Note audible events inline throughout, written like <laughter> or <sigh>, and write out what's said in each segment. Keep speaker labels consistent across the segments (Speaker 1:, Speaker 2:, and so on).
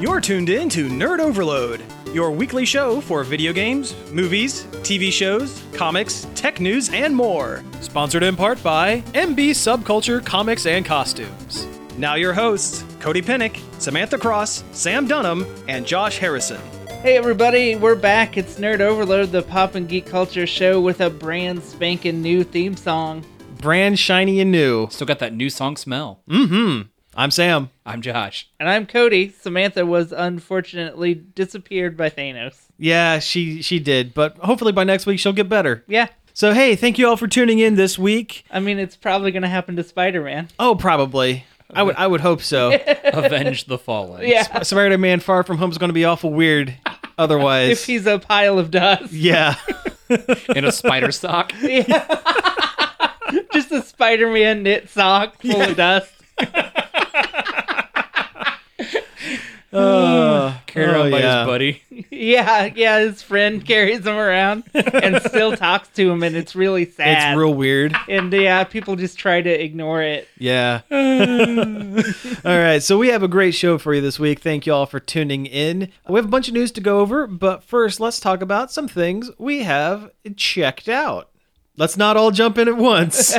Speaker 1: You're tuned in to Nerd Overload, your weekly show for video games, movies, TV shows, comics, tech news, and more. Sponsored in part by MB Subculture Comics and Costumes. Now, your hosts, Cody Pinnick, Samantha Cross, Sam Dunham, and Josh Harrison.
Speaker 2: Hey everybody, we're back. It's Nerd Overload, the pop and geek culture show with a brand spanking new theme song.
Speaker 1: Brand shiny and new.
Speaker 3: Still got that new song smell.
Speaker 1: Hmm? I'm Sam.
Speaker 3: I'm Josh.
Speaker 2: And I'm Cody. Samantha was unfortunately disappeared by Thanos.
Speaker 1: Yeah, she she did, but hopefully by next week she'll get better.
Speaker 2: Yeah.
Speaker 1: So hey, thank you all for tuning in this week.
Speaker 2: I mean, it's probably going to happen
Speaker 1: <laughs>
Speaker 2: to Spider-Man.
Speaker 1: Oh, probably. I would I would hope <laughs> so.
Speaker 3: Avenge
Speaker 1: <laughs>
Speaker 3: the fallen.
Speaker 2: Yeah.
Speaker 1: Spider-Man Far From Home is going to be awful weird otherwise.
Speaker 2: If he's a pile of dust.
Speaker 3: <laughs>
Speaker 1: yeah.
Speaker 3: In a
Speaker 1: <laughs>
Speaker 3: spider sock.
Speaker 2: Just a Spider-Man knit sock full of dust.
Speaker 1: Uh,
Speaker 3: Carried
Speaker 1: oh,
Speaker 3: on by
Speaker 1: yeah.
Speaker 3: his buddy.
Speaker 2: Yeah, yeah, his friend <laughs> carries him around and still talks to him and it's really sad.
Speaker 1: It's real weird.
Speaker 2: and yeah, people just try to ignore it.
Speaker 3: <laughs>
Speaker 1: Yeah. all right. So we have a great show for you this week. Thank you all for tuning in. We have a bunch of news to go over, but first let's talk about some things we have checked out. Let's not all jump in at
Speaker 3: <laughs>
Speaker 1: once.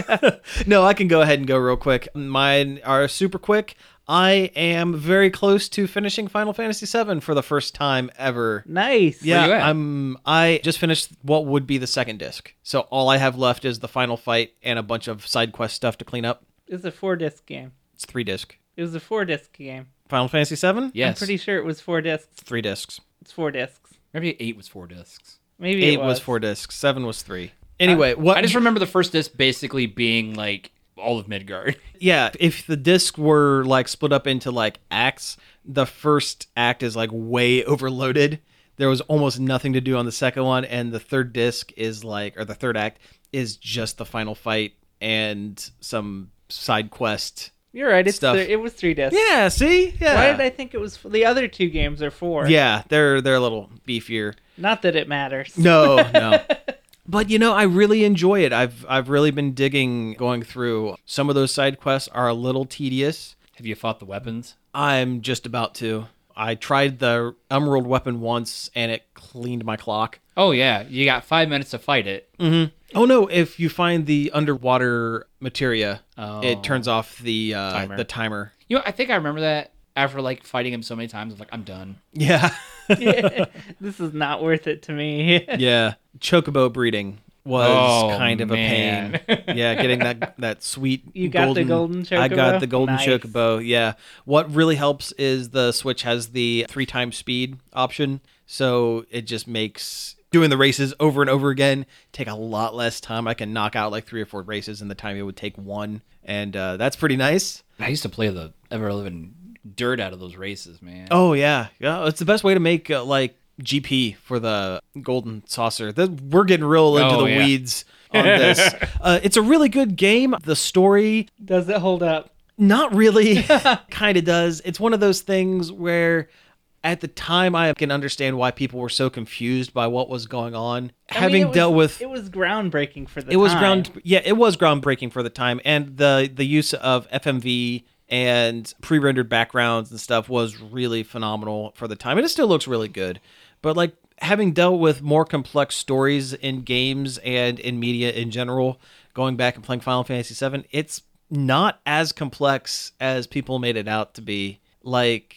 Speaker 1: no, I can go ahead and go real quick. Mine are super quick. I am very close to finishing Final Fantasy VII for the first time ever.
Speaker 2: Nice.
Speaker 1: Yeah,
Speaker 3: you at?
Speaker 1: I'm. I just finished what would be the second disc, so all I have left is the final fight and a bunch of side quest stuff to clean up.
Speaker 2: It's a 4-disc game.
Speaker 1: It's three disc.
Speaker 2: It was a four disc game.
Speaker 1: Final Fantasy VII.
Speaker 3: <laughs>
Speaker 2: I'm
Speaker 3: Yes.
Speaker 2: pretty sure it was four discs.
Speaker 1: three discs.
Speaker 2: It's four discs.
Speaker 3: Maybe eight was four discs.
Speaker 2: Maybe
Speaker 1: Eight
Speaker 2: it
Speaker 1: was.
Speaker 2: was.
Speaker 1: four discs. Seven was three. Anyway, what?
Speaker 3: I just remember the first disc basically being like all of Midgard. <laughs>
Speaker 1: yeah, if the discs were like split up into like acts, the first act is like way <laughs> overloaded. There was almost nothing to do on the second one, and the third disc is like, or the third act is just the final fight and some side quest.
Speaker 2: You're right. It's
Speaker 1: stuff.
Speaker 2: th- it was three discs.
Speaker 1: Yeah. See. Yeah.
Speaker 2: Why did I think it was f- the other two games are four?
Speaker 1: Yeah, they're they're a little beefier.
Speaker 2: Not that it matters.
Speaker 1: No, no. <laughs> But you know, I really enjoy it. I've I've really been digging going through. Some of those side quests are a little tedious.
Speaker 3: Have you fought the weapons?
Speaker 1: I'm just about to. I tried the emerald weapon once and it cleaned my clock.
Speaker 3: Oh yeah, you got five minutes to fight it.
Speaker 1: Oh no, if you find the underwater materia,
Speaker 3: Oh.
Speaker 1: it turns off the uh
Speaker 3: Timer.
Speaker 1: the timer.
Speaker 3: You know, I think I remember that after like fighting him so many times. I was like, I'm done.
Speaker 1: Yeah.
Speaker 2: <laughs>
Speaker 1: <laughs>
Speaker 2: this is not worth it to me. <laughs>
Speaker 1: yeah. Chocobo breeding was
Speaker 3: Oh,
Speaker 1: kind of
Speaker 3: man.
Speaker 1: a pain. <laughs> Yeah, getting that that sweet
Speaker 2: You got the golden
Speaker 1: I got
Speaker 2: chocobo?
Speaker 1: the golden
Speaker 2: Nice.
Speaker 1: chocobo. Yeah. What really helps is the Switch has the 3 times speed option, so it just makes doing the races over and over again take a lot less time. I can knock out like 3 or 4 races in the time it would take one, and uh, that's pretty nice.
Speaker 3: I used to play the ever living dirt out of those races, man.
Speaker 1: Oh yeah, yeah. It's the best way to make uh, like GP for the golden saucer. The, we're getting real into
Speaker 3: Oh,
Speaker 1: the
Speaker 3: yeah. <laughs>
Speaker 1: weeds on this. uh, it's a really good game. The story,
Speaker 2: Does it hold up?
Speaker 1: not
Speaker 3: <laughs>
Speaker 1: really, kind of does. It's one of those things where. At the time, I can understand why people were so confused by what was going on.
Speaker 2: I mean,
Speaker 1: Having
Speaker 2: it was-
Speaker 1: dealt with
Speaker 2: it was groundbreaking for the.
Speaker 1: it was
Speaker 2: time.
Speaker 1: ground yeah it was groundbreaking for the time and the the use of fmv and pre-rendered backgrounds and stuff was really phenomenal for the time and it still looks really good but like having dealt with more complex stories in games and in media in general going back and playing final fantasy 7 it's not as complex as people made it out to be like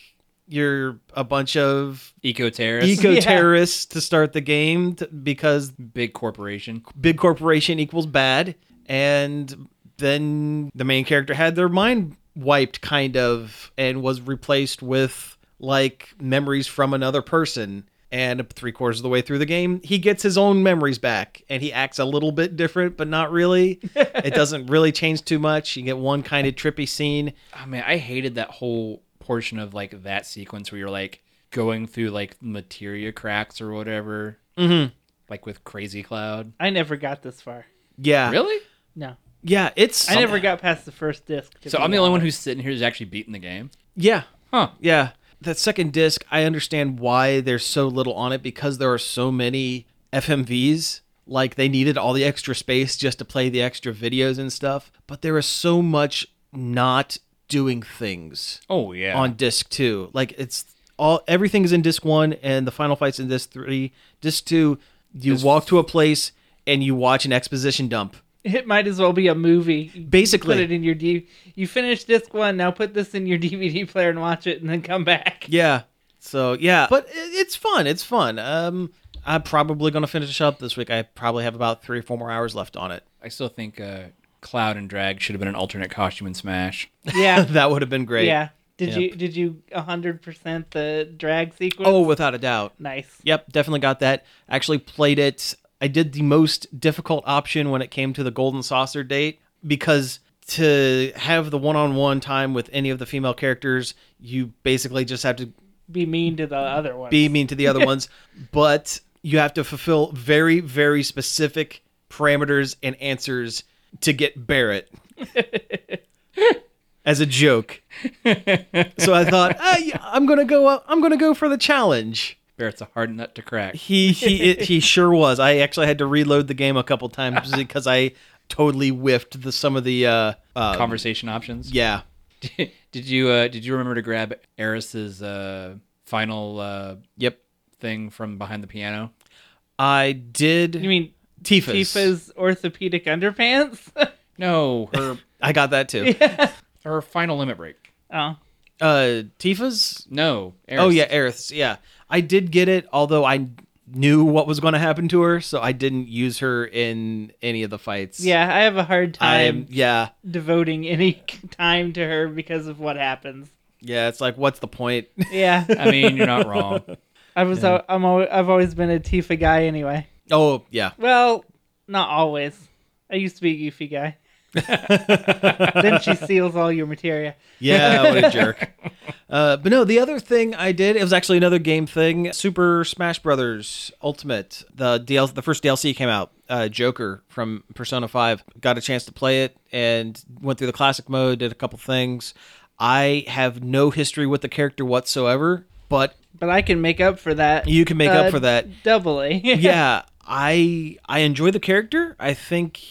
Speaker 1: you're a bunch of
Speaker 3: Eco terrorists,
Speaker 1: eco terrorists to start the game t- because
Speaker 3: big corporation.
Speaker 1: big corporation equals bad and then the main character had their mind wiped kind of and was replaced with like memories from another person and three quarters of the way through the game he gets his own memories back and he acts a little bit different but not really
Speaker 2: <laughs>
Speaker 1: it doesn't really change too much you get one kind of trippy scene
Speaker 3: I mean, Ah, I hated that whole portion of like that sequence where you're like going through like materia cracks or whatever, mm-hmm. like with Crazy Cloud.
Speaker 2: I never got this far.
Speaker 1: yeah
Speaker 3: Really?
Speaker 2: No,
Speaker 1: yeah it's
Speaker 2: I never got past the first disc. to
Speaker 3: So
Speaker 2: be
Speaker 3: I'm the only one
Speaker 2: honest.
Speaker 3: who's sitting here who's actually beating the game.
Speaker 1: yeah
Speaker 3: Huh?
Speaker 1: Yeah. That second disc, I understand why there's so little on it because there are so many FMVs. Like they needed all the extra space just to play the extra videos and stuff. But there is so much not doing things
Speaker 3: Oh yeah.
Speaker 1: on disc two. Like it's all everything is in disc one, and the final fight's in disc three. Disc two, you
Speaker 3: Disc-
Speaker 1: walk to a place and you watch an exposition dump.
Speaker 2: <laughs> It might as well be a movie. You
Speaker 1: Basically.
Speaker 2: put it in your D. You finish disc one. Now put this in your <laughs> DVD player and watch it, and then come back.
Speaker 1: Yeah. So yeah, but i- it's fun. It's fun. Um, I'm probably gonna finish up this week. I probably have about three or four more hours left on it. <laughs>
Speaker 3: I still think uh, Cloud and Drag should have been an alternate costume in Smash.
Speaker 2: <laughs> Yeah,
Speaker 1: that would have been great.
Speaker 2: yeah. Did
Speaker 1: Yep.
Speaker 2: you did you hundred percent the drag sequence?
Speaker 1: Oh, without a doubt.
Speaker 2: nice.
Speaker 1: Yep, definitely got that. Actually played it. I did the most difficult option when it came to the golden saucer date because to have the one-on-one time with any of the female characters, you basically just have to
Speaker 2: Be mean to the other one.
Speaker 1: be mean to the
Speaker 2: <laughs>
Speaker 1: other ones, but you have to fulfill very, very specific parameters and answers to get Barrett
Speaker 2: <laughs>
Speaker 1: as a joke. So I thought, ah, yeah, I'm gonna go. uh, I'm gonna go for the challenge.
Speaker 3: Barrett's a hard nut to crack.
Speaker 1: He he it, he sure was. I actually had to reload the game a couple times
Speaker 2: <laughs>
Speaker 1: because I totally whiffed the some of the uh, uh
Speaker 3: Conversation options.
Speaker 1: yeah.
Speaker 3: <laughs> did you uh, did you remember to grab Eris's uh, final uh,
Speaker 1: Yep.
Speaker 3: thing from behind the piano?
Speaker 1: I did.
Speaker 2: You mean
Speaker 1: Tifa's?
Speaker 2: Tifa's orthopedic underpants? <laughs>
Speaker 3: No, her
Speaker 1: I got that too.
Speaker 3: her final limit break.
Speaker 2: oh,
Speaker 1: Uh, Tifa's
Speaker 3: No.
Speaker 1: Oh
Speaker 3: Aerith's.
Speaker 1: yeah, Aerith's. Yeah, I did get it, although I knew what was going to happen to her, so I didn't use her in any of the fights.
Speaker 2: yeah. I have a hard time
Speaker 1: I'm. Yeah,
Speaker 2: devoting any <laughs> time to her because of what happens.
Speaker 1: yeah. It's like, what's the point? <laughs>
Speaker 2: Yeah,
Speaker 3: I mean, you're not wrong. <laughs>
Speaker 2: I was. al I'm. Al- I've always been a Tifa guy anyway.
Speaker 1: oh yeah,
Speaker 2: Well, not always. I used to be a Goofy guy. <laughs> then
Speaker 1: <laughs>
Speaker 2: she seals all your materia.
Speaker 1: yeah. What a jerk. Uh, but no, the other thing I did it was actually another game thing. Super Smash Brothers Ultimate, the DLC, the first DLC came out. Uh, Joker from Persona Five got a chance to play it and went through the classic mode, did a couple things. I have no history with the character whatsoever, but
Speaker 2: But I can make up for that.
Speaker 1: You can make
Speaker 2: Uh,
Speaker 1: up for that.
Speaker 2: doubly.
Speaker 1: yeah, I I enjoy the character. I think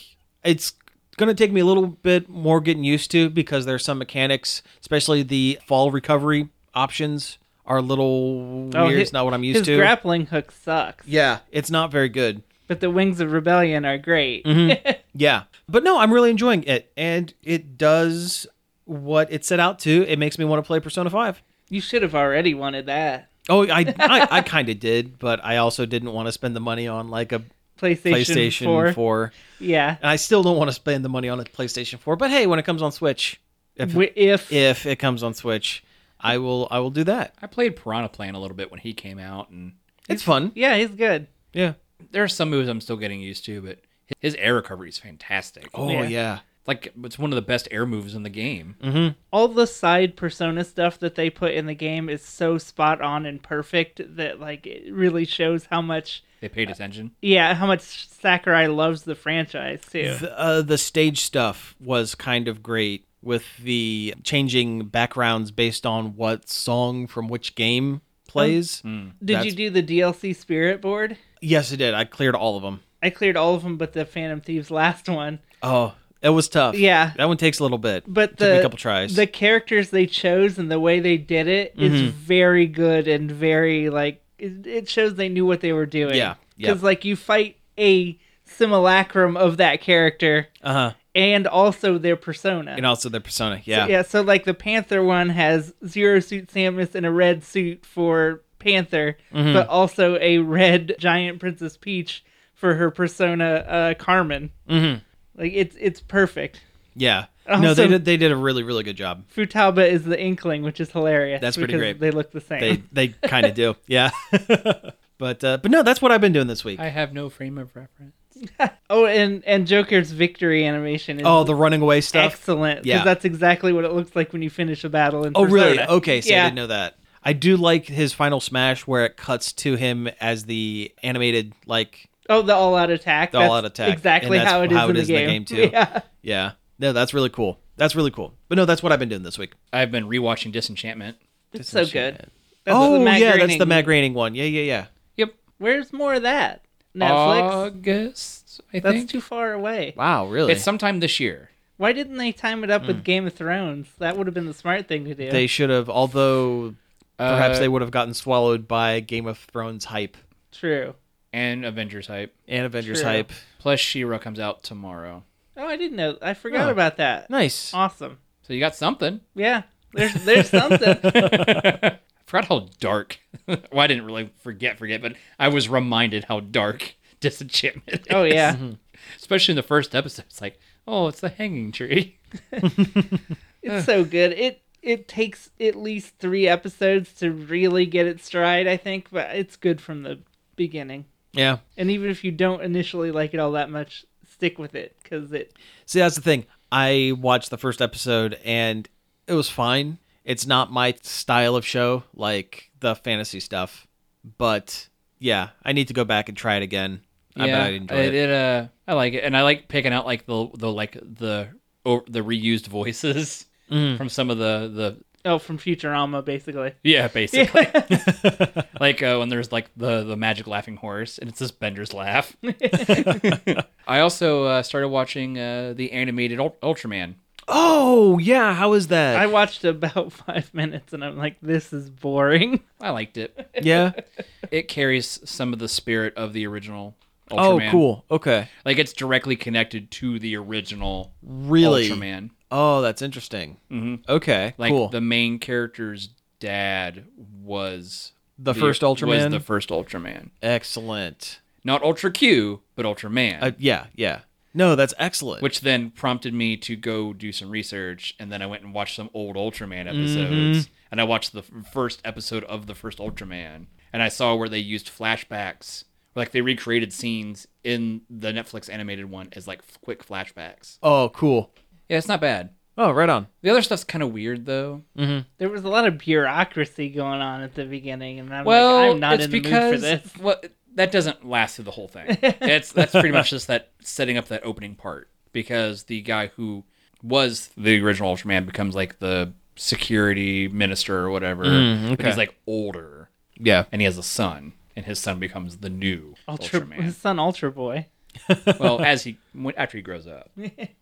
Speaker 1: it's gonna take me a little bit more getting used to because there's some mechanics, especially the fall recovery options are a little
Speaker 2: Oh,
Speaker 1: weird.
Speaker 2: hi-
Speaker 1: it's not what I'm used
Speaker 2: His
Speaker 1: to.
Speaker 2: grappling hook sucks.
Speaker 1: yeah, it's not very good.
Speaker 2: But the wings of rebellion are great.
Speaker 1: Mm-hmm. Yeah, but no, I'm really enjoying it, and it does what it set out to. It makes me want to play Persona Five.
Speaker 2: <laughs> You should have already wanted that.
Speaker 1: Oh, I I, I kind of did, but I also didn't want to spend the money on like a
Speaker 2: PlayStation,
Speaker 1: PlayStation
Speaker 2: 4.
Speaker 1: 4.
Speaker 2: Yeah.
Speaker 1: And I still don't want to spend the money on a PlayStation 4, but hey, when it comes on Switch, if
Speaker 2: Wi- If,
Speaker 1: if it comes on Switch, I will I will do that.
Speaker 3: I played Piranha Plant a little bit when he came out, and
Speaker 1: It's fun.
Speaker 2: yeah, he's good.
Speaker 1: Yeah.
Speaker 3: there are some moves I'm still getting used to, but his air recovery is fantastic.
Speaker 1: Oh
Speaker 2: Yeah.
Speaker 1: yeah.
Speaker 3: Like it's one of the best air moves in the game.
Speaker 2: Mm. all the side persona stuff that they put in the game is so spot on and perfect that like it really shows how much
Speaker 3: They paid attention.
Speaker 2: yeah how much sakurai loves the franchise too
Speaker 1: The, uh, the stage stuff was kind of great with the changing backgrounds based on what song from which game plays.
Speaker 2: did you
Speaker 1: that's-
Speaker 2: do the dlc spirit board
Speaker 1: Yes, it did. I cleared all of them.
Speaker 2: i cleared all of them but the phantom thieves last one
Speaker 1: Oh, it was tough.
Speaker 2: Yeah.
Speaker 1: That one takes a little bit.
Speaker 2: but
Speaker 1: Took me
Speaker 2: the
Speaker 1: a couple tries.
Speaker 2: the characters they chose and the way they did it is
Speaker 1: Mm-hmm.
Speaker 2: very good and very like it, it shows they knew what they were doing
Speaker 1: Yeah, yeah.
Speaker 2: because like you fight a simulacrum of that character
Speaker 1: uh-huh.
Speaker 2: and also their persona
Speaker 1: And also the persona.
Speaker 2: So-
Speaker 1: Yeah.
Speaker 2: yeah, so like the Panther one has zero suit Samus and a red suit for Panther,
Speaker 1: Mm-hmm.
Speaker 2: but also a red giant Princess Peach for her persona uh, Carmen. Mm-hmm. Like it's it's perfect.
Speaker 1: Yeah. no,
Speaker 2: Also-
Speaker 1: they did they did a really really good job.
Speaker 2: Futaba is the Inkling, which is hilarious.
Speaker 1: That's pretty
Speaker 2: because
Speaker 1: great.
Speaker 2: They look the
Speaker 1: they
Speaker 2: <laughs> same.
Speaker 1: they kind of do yeah <laughs> but uh, but no that's what i've been doing this week
Speaker 3: I have no frame of reference.
Speaker 2: Oh, and and Joker's victory animation is
Speaker 1: oh the running away stuff
Speaker 2: excellent because
Speaker 1: Yeah.
Speaker 2: that's exactly what it looks like when you finish a battle. In
Speaker 1: oh really
Speaker 2: Persona.
Speaker 1: okay so
Speaker 2: yeah.
Speaker 1: i didn't know that i do like his final smash where it cuts to him as the animated like
Speaker 2: Oh, the all-out attack.
Speaker 1: The
Speaker 2: That's
Speaker 1: all-out attack, and
Speaker 2: Exactly
Speaker 1: that's
Speaker 2: how it is,
Speaker 1: how
Speaker 2: in,
Speaker 1: it
Speaker 2: the
Speaker 1: is in the game, too.
Speaker 2: <laughs> Yeah.
Speaker 1: yeah no that's really cool that's really cool but no that's what i've been doing this week
Speaker 3: I've been rewatching Disenchantment.
Speaker 2: It's so good. That's
Speaker 1: oh
Speaker 2: the Matt
Speaker 1: yeah that's the
Speaker 2: Groening
Speaker 1: matt Groening one yeah yeah yeah
Speaker 3: Yep.
Speaker 2: Where's more of that? Netflix?
Speaker 3: August. I
Speaker 2: That's
Speaker 3: think
Speaker 2: too far away.
Speaker 1: wow really
Speaker 3: it's sometime this year.
Speaker 2: Why
Speaker 1: Hmm.
Speaker 2: didn't they time it up with Game of Thrones? That would have been the smart thing to do.
Speaker 1: they should have although Perhaps
Speaker 3: Uh,
Speaker 1: they would have gotten swallowed by Game of Thrones hype
Speaker 2: True.
Speaker 3: and Avengers hype.
Speaker 1: and Avengers
Speaker 2: True.
Speaker 1: hype.
Speaker 3: Plus, She-Ra comes out tomorrow,
Speaker 2: Oh, I didn't know. I forgot
Speaker 1: Oh.
Speaker 2: about that.
Speaker 1: Nice.
Speaker 2: Awesome.
Speaker 3: so you got something.
Speaker 2: Yeah. There's there's something. <laughs>
Speaker 3: I forgot how dark. <laughs> well, I didn't really forget, forget, but I was reminded how dark <laughs> Disenchantment. Is.
Speaker 2: Oh yeah.
Speaker 3: especially in the first episode. It's like, oh, it's the hanging tree.
Speaker 2: It's so good. It it takes at least three episodes to really get its stride, I think, but it's good from the beginning.
Speaker 1: Yeah.
Speaker 2: And even if you don't initially like it all that much, stick with it because it.
Speaker 1: See, that's the thing. I watched the first episode and it was fine. It's not my style of show, like the fantasy stuff. But yeah, I need to go back and try it again. <laughs> I bet I enjoy it.
Speaker 3: it, uh, I like it, and I like picking out like the the like the or, the reused voices
Speaker 1: Mm.
Speaker 3: from some of the the
Speaker 2: Oh, from Futurama, basically.
Speaker 3: yeah, basically <laughs> like uh, when there's like the the magic laughing horse, and it's this Bender's <laughs> laugh. I also uh, started watching uh, the animated Ul- Ultraman.
Speaker 1: Oh yeah, how is that?
Speaker 2: I watched about <laughs> five minutes and I'm like, this is boring.
Speaker 3: I liked it.
Speaker 1: yeah.
Speaker 3: it carries some of the spirit of the original.
Speaker 1: Oh,
Speaker 3: <laughs> Ultraman.
Speaker 1: cool. Okay.
Speaker 3: Like it's directly connected to the original
Speaker 1: Really.
Speaker 3: Ultraman.
Speaker 1: Oh, that's interesting.
Speaker 3: Mhm.
Speaker 1: Okay.
Speaker 3: Like
Speaker 1: cool.
Speaker 3: the main character's dad was
Speaker 1: The first Ultraman?
Speaker 3: Was the first Ultraman,
Speaker 1: Excellent.
Speaker 3: not Ultra Q, but Ultraman,
Speaker 1: Uh, yeah. Yeah. No, that's excellent.
Speaker 3: which then prompted me to go do some research, and then I went and watched some old
Speaker 1: Mm-hmm.
Speaker 3: Ultraman episodes, and I watched the f- first episode of the first Ultraman, and I saw where they used flashbacks, like they recreated scenes in the Netflix animated one as like f- quick flashbacks.
Speaker 1: oh, cool.
Speaker 3: Yeah, it's not bad.
Speaker 1: Oh, right on.
Speaker 3: The other stuff's kind of weird though.
Speaker 2: There was a lot of bureaucracy going on at the beginning, and I'm
Speaker 3: Well,
Speaker 2: like, I'm not
Speaker 3: it's
Speaker 2: in the mood for
Speaker 3: because
Speaker 2: this.
Speaker 3: well, that doesn't last through the
Speaker 2: <laughs>
Speaker 3: whole thing. It's that's pretty much just that setting up that opening part because the guy who was the original Ultraman becomes like the security minister or whatever,
Speaker 2: Mm,
Speaker 3: but he's
Speaker 1: okay.
Speaker 3: like older
Speaker 1: Yeah.
Speaker 3: and he has a son, and his son becomes the new
Speaker 2: Ultra, his
Speaker 3: Ultraman.
Speaker 2: son Ultra Boy.
Speaker 3: well, as he when- after he grows
Speaker 1: <laughs>
Speaker 3: up,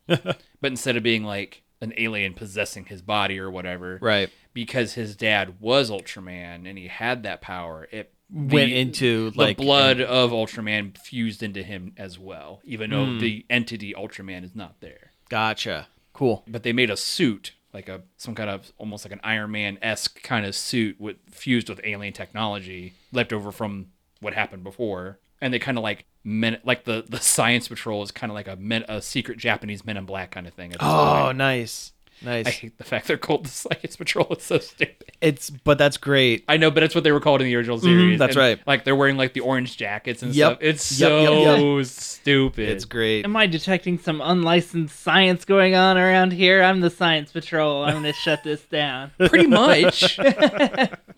Speaker 3: but instead of being like an alien possessing his body or whatever,
Speaker 1: Right.
Speaker 3: because his dad was Ultraman and he had that power, it
Speaker 1: Went
Speaker 3: the-
Speaker 1: into
Speaker 3: the
Speaker 1: like
Speaker 3: blood of Ultraman fused into him as well, even though
Speaker 1: Hmm.
Speaker 3: the entity Ultraman is not there.
Speaker 1: Gotcha. Cool.
Speaker 3: But they made a suit, like a some kind of almost like an Iron Man esque kind of suit with fused with alien technology left over from what happened before. And they kind of like men, like the the science patrol is kind of like a men, a secret Japanese Men in Black kind of thing. at this
Speaker 1: Oh,
Speaker 3: point.
Speaker 1: nice. Nice.
Speaker 3: I hate the fact they're called the science patrol. It's so stupid.
Speaker 1: It's but that's great.
Speaker 3: I know, but it's what they were called in the original series.
Speaker 1: Mm-hmm, that's
Speaker 3: And,
Speaker 1: right.
Speaker 3: Like they're wearing like the orange jackets and
Speaker 1: Yep.
Speaker 3: stuff. It's
Speaker 1: Yep,
Speaker 3: so
Speaker 1: yep,
Speaker 3: stupid.
Speaker 1: It's great.
Speaker 2: Am I detecting some unlicensed science going on around here? I'm the science patrol. I'm gonna shut this
Speaker 1: <laughs>
Speaker 2: down.
Speaker 3: pretty much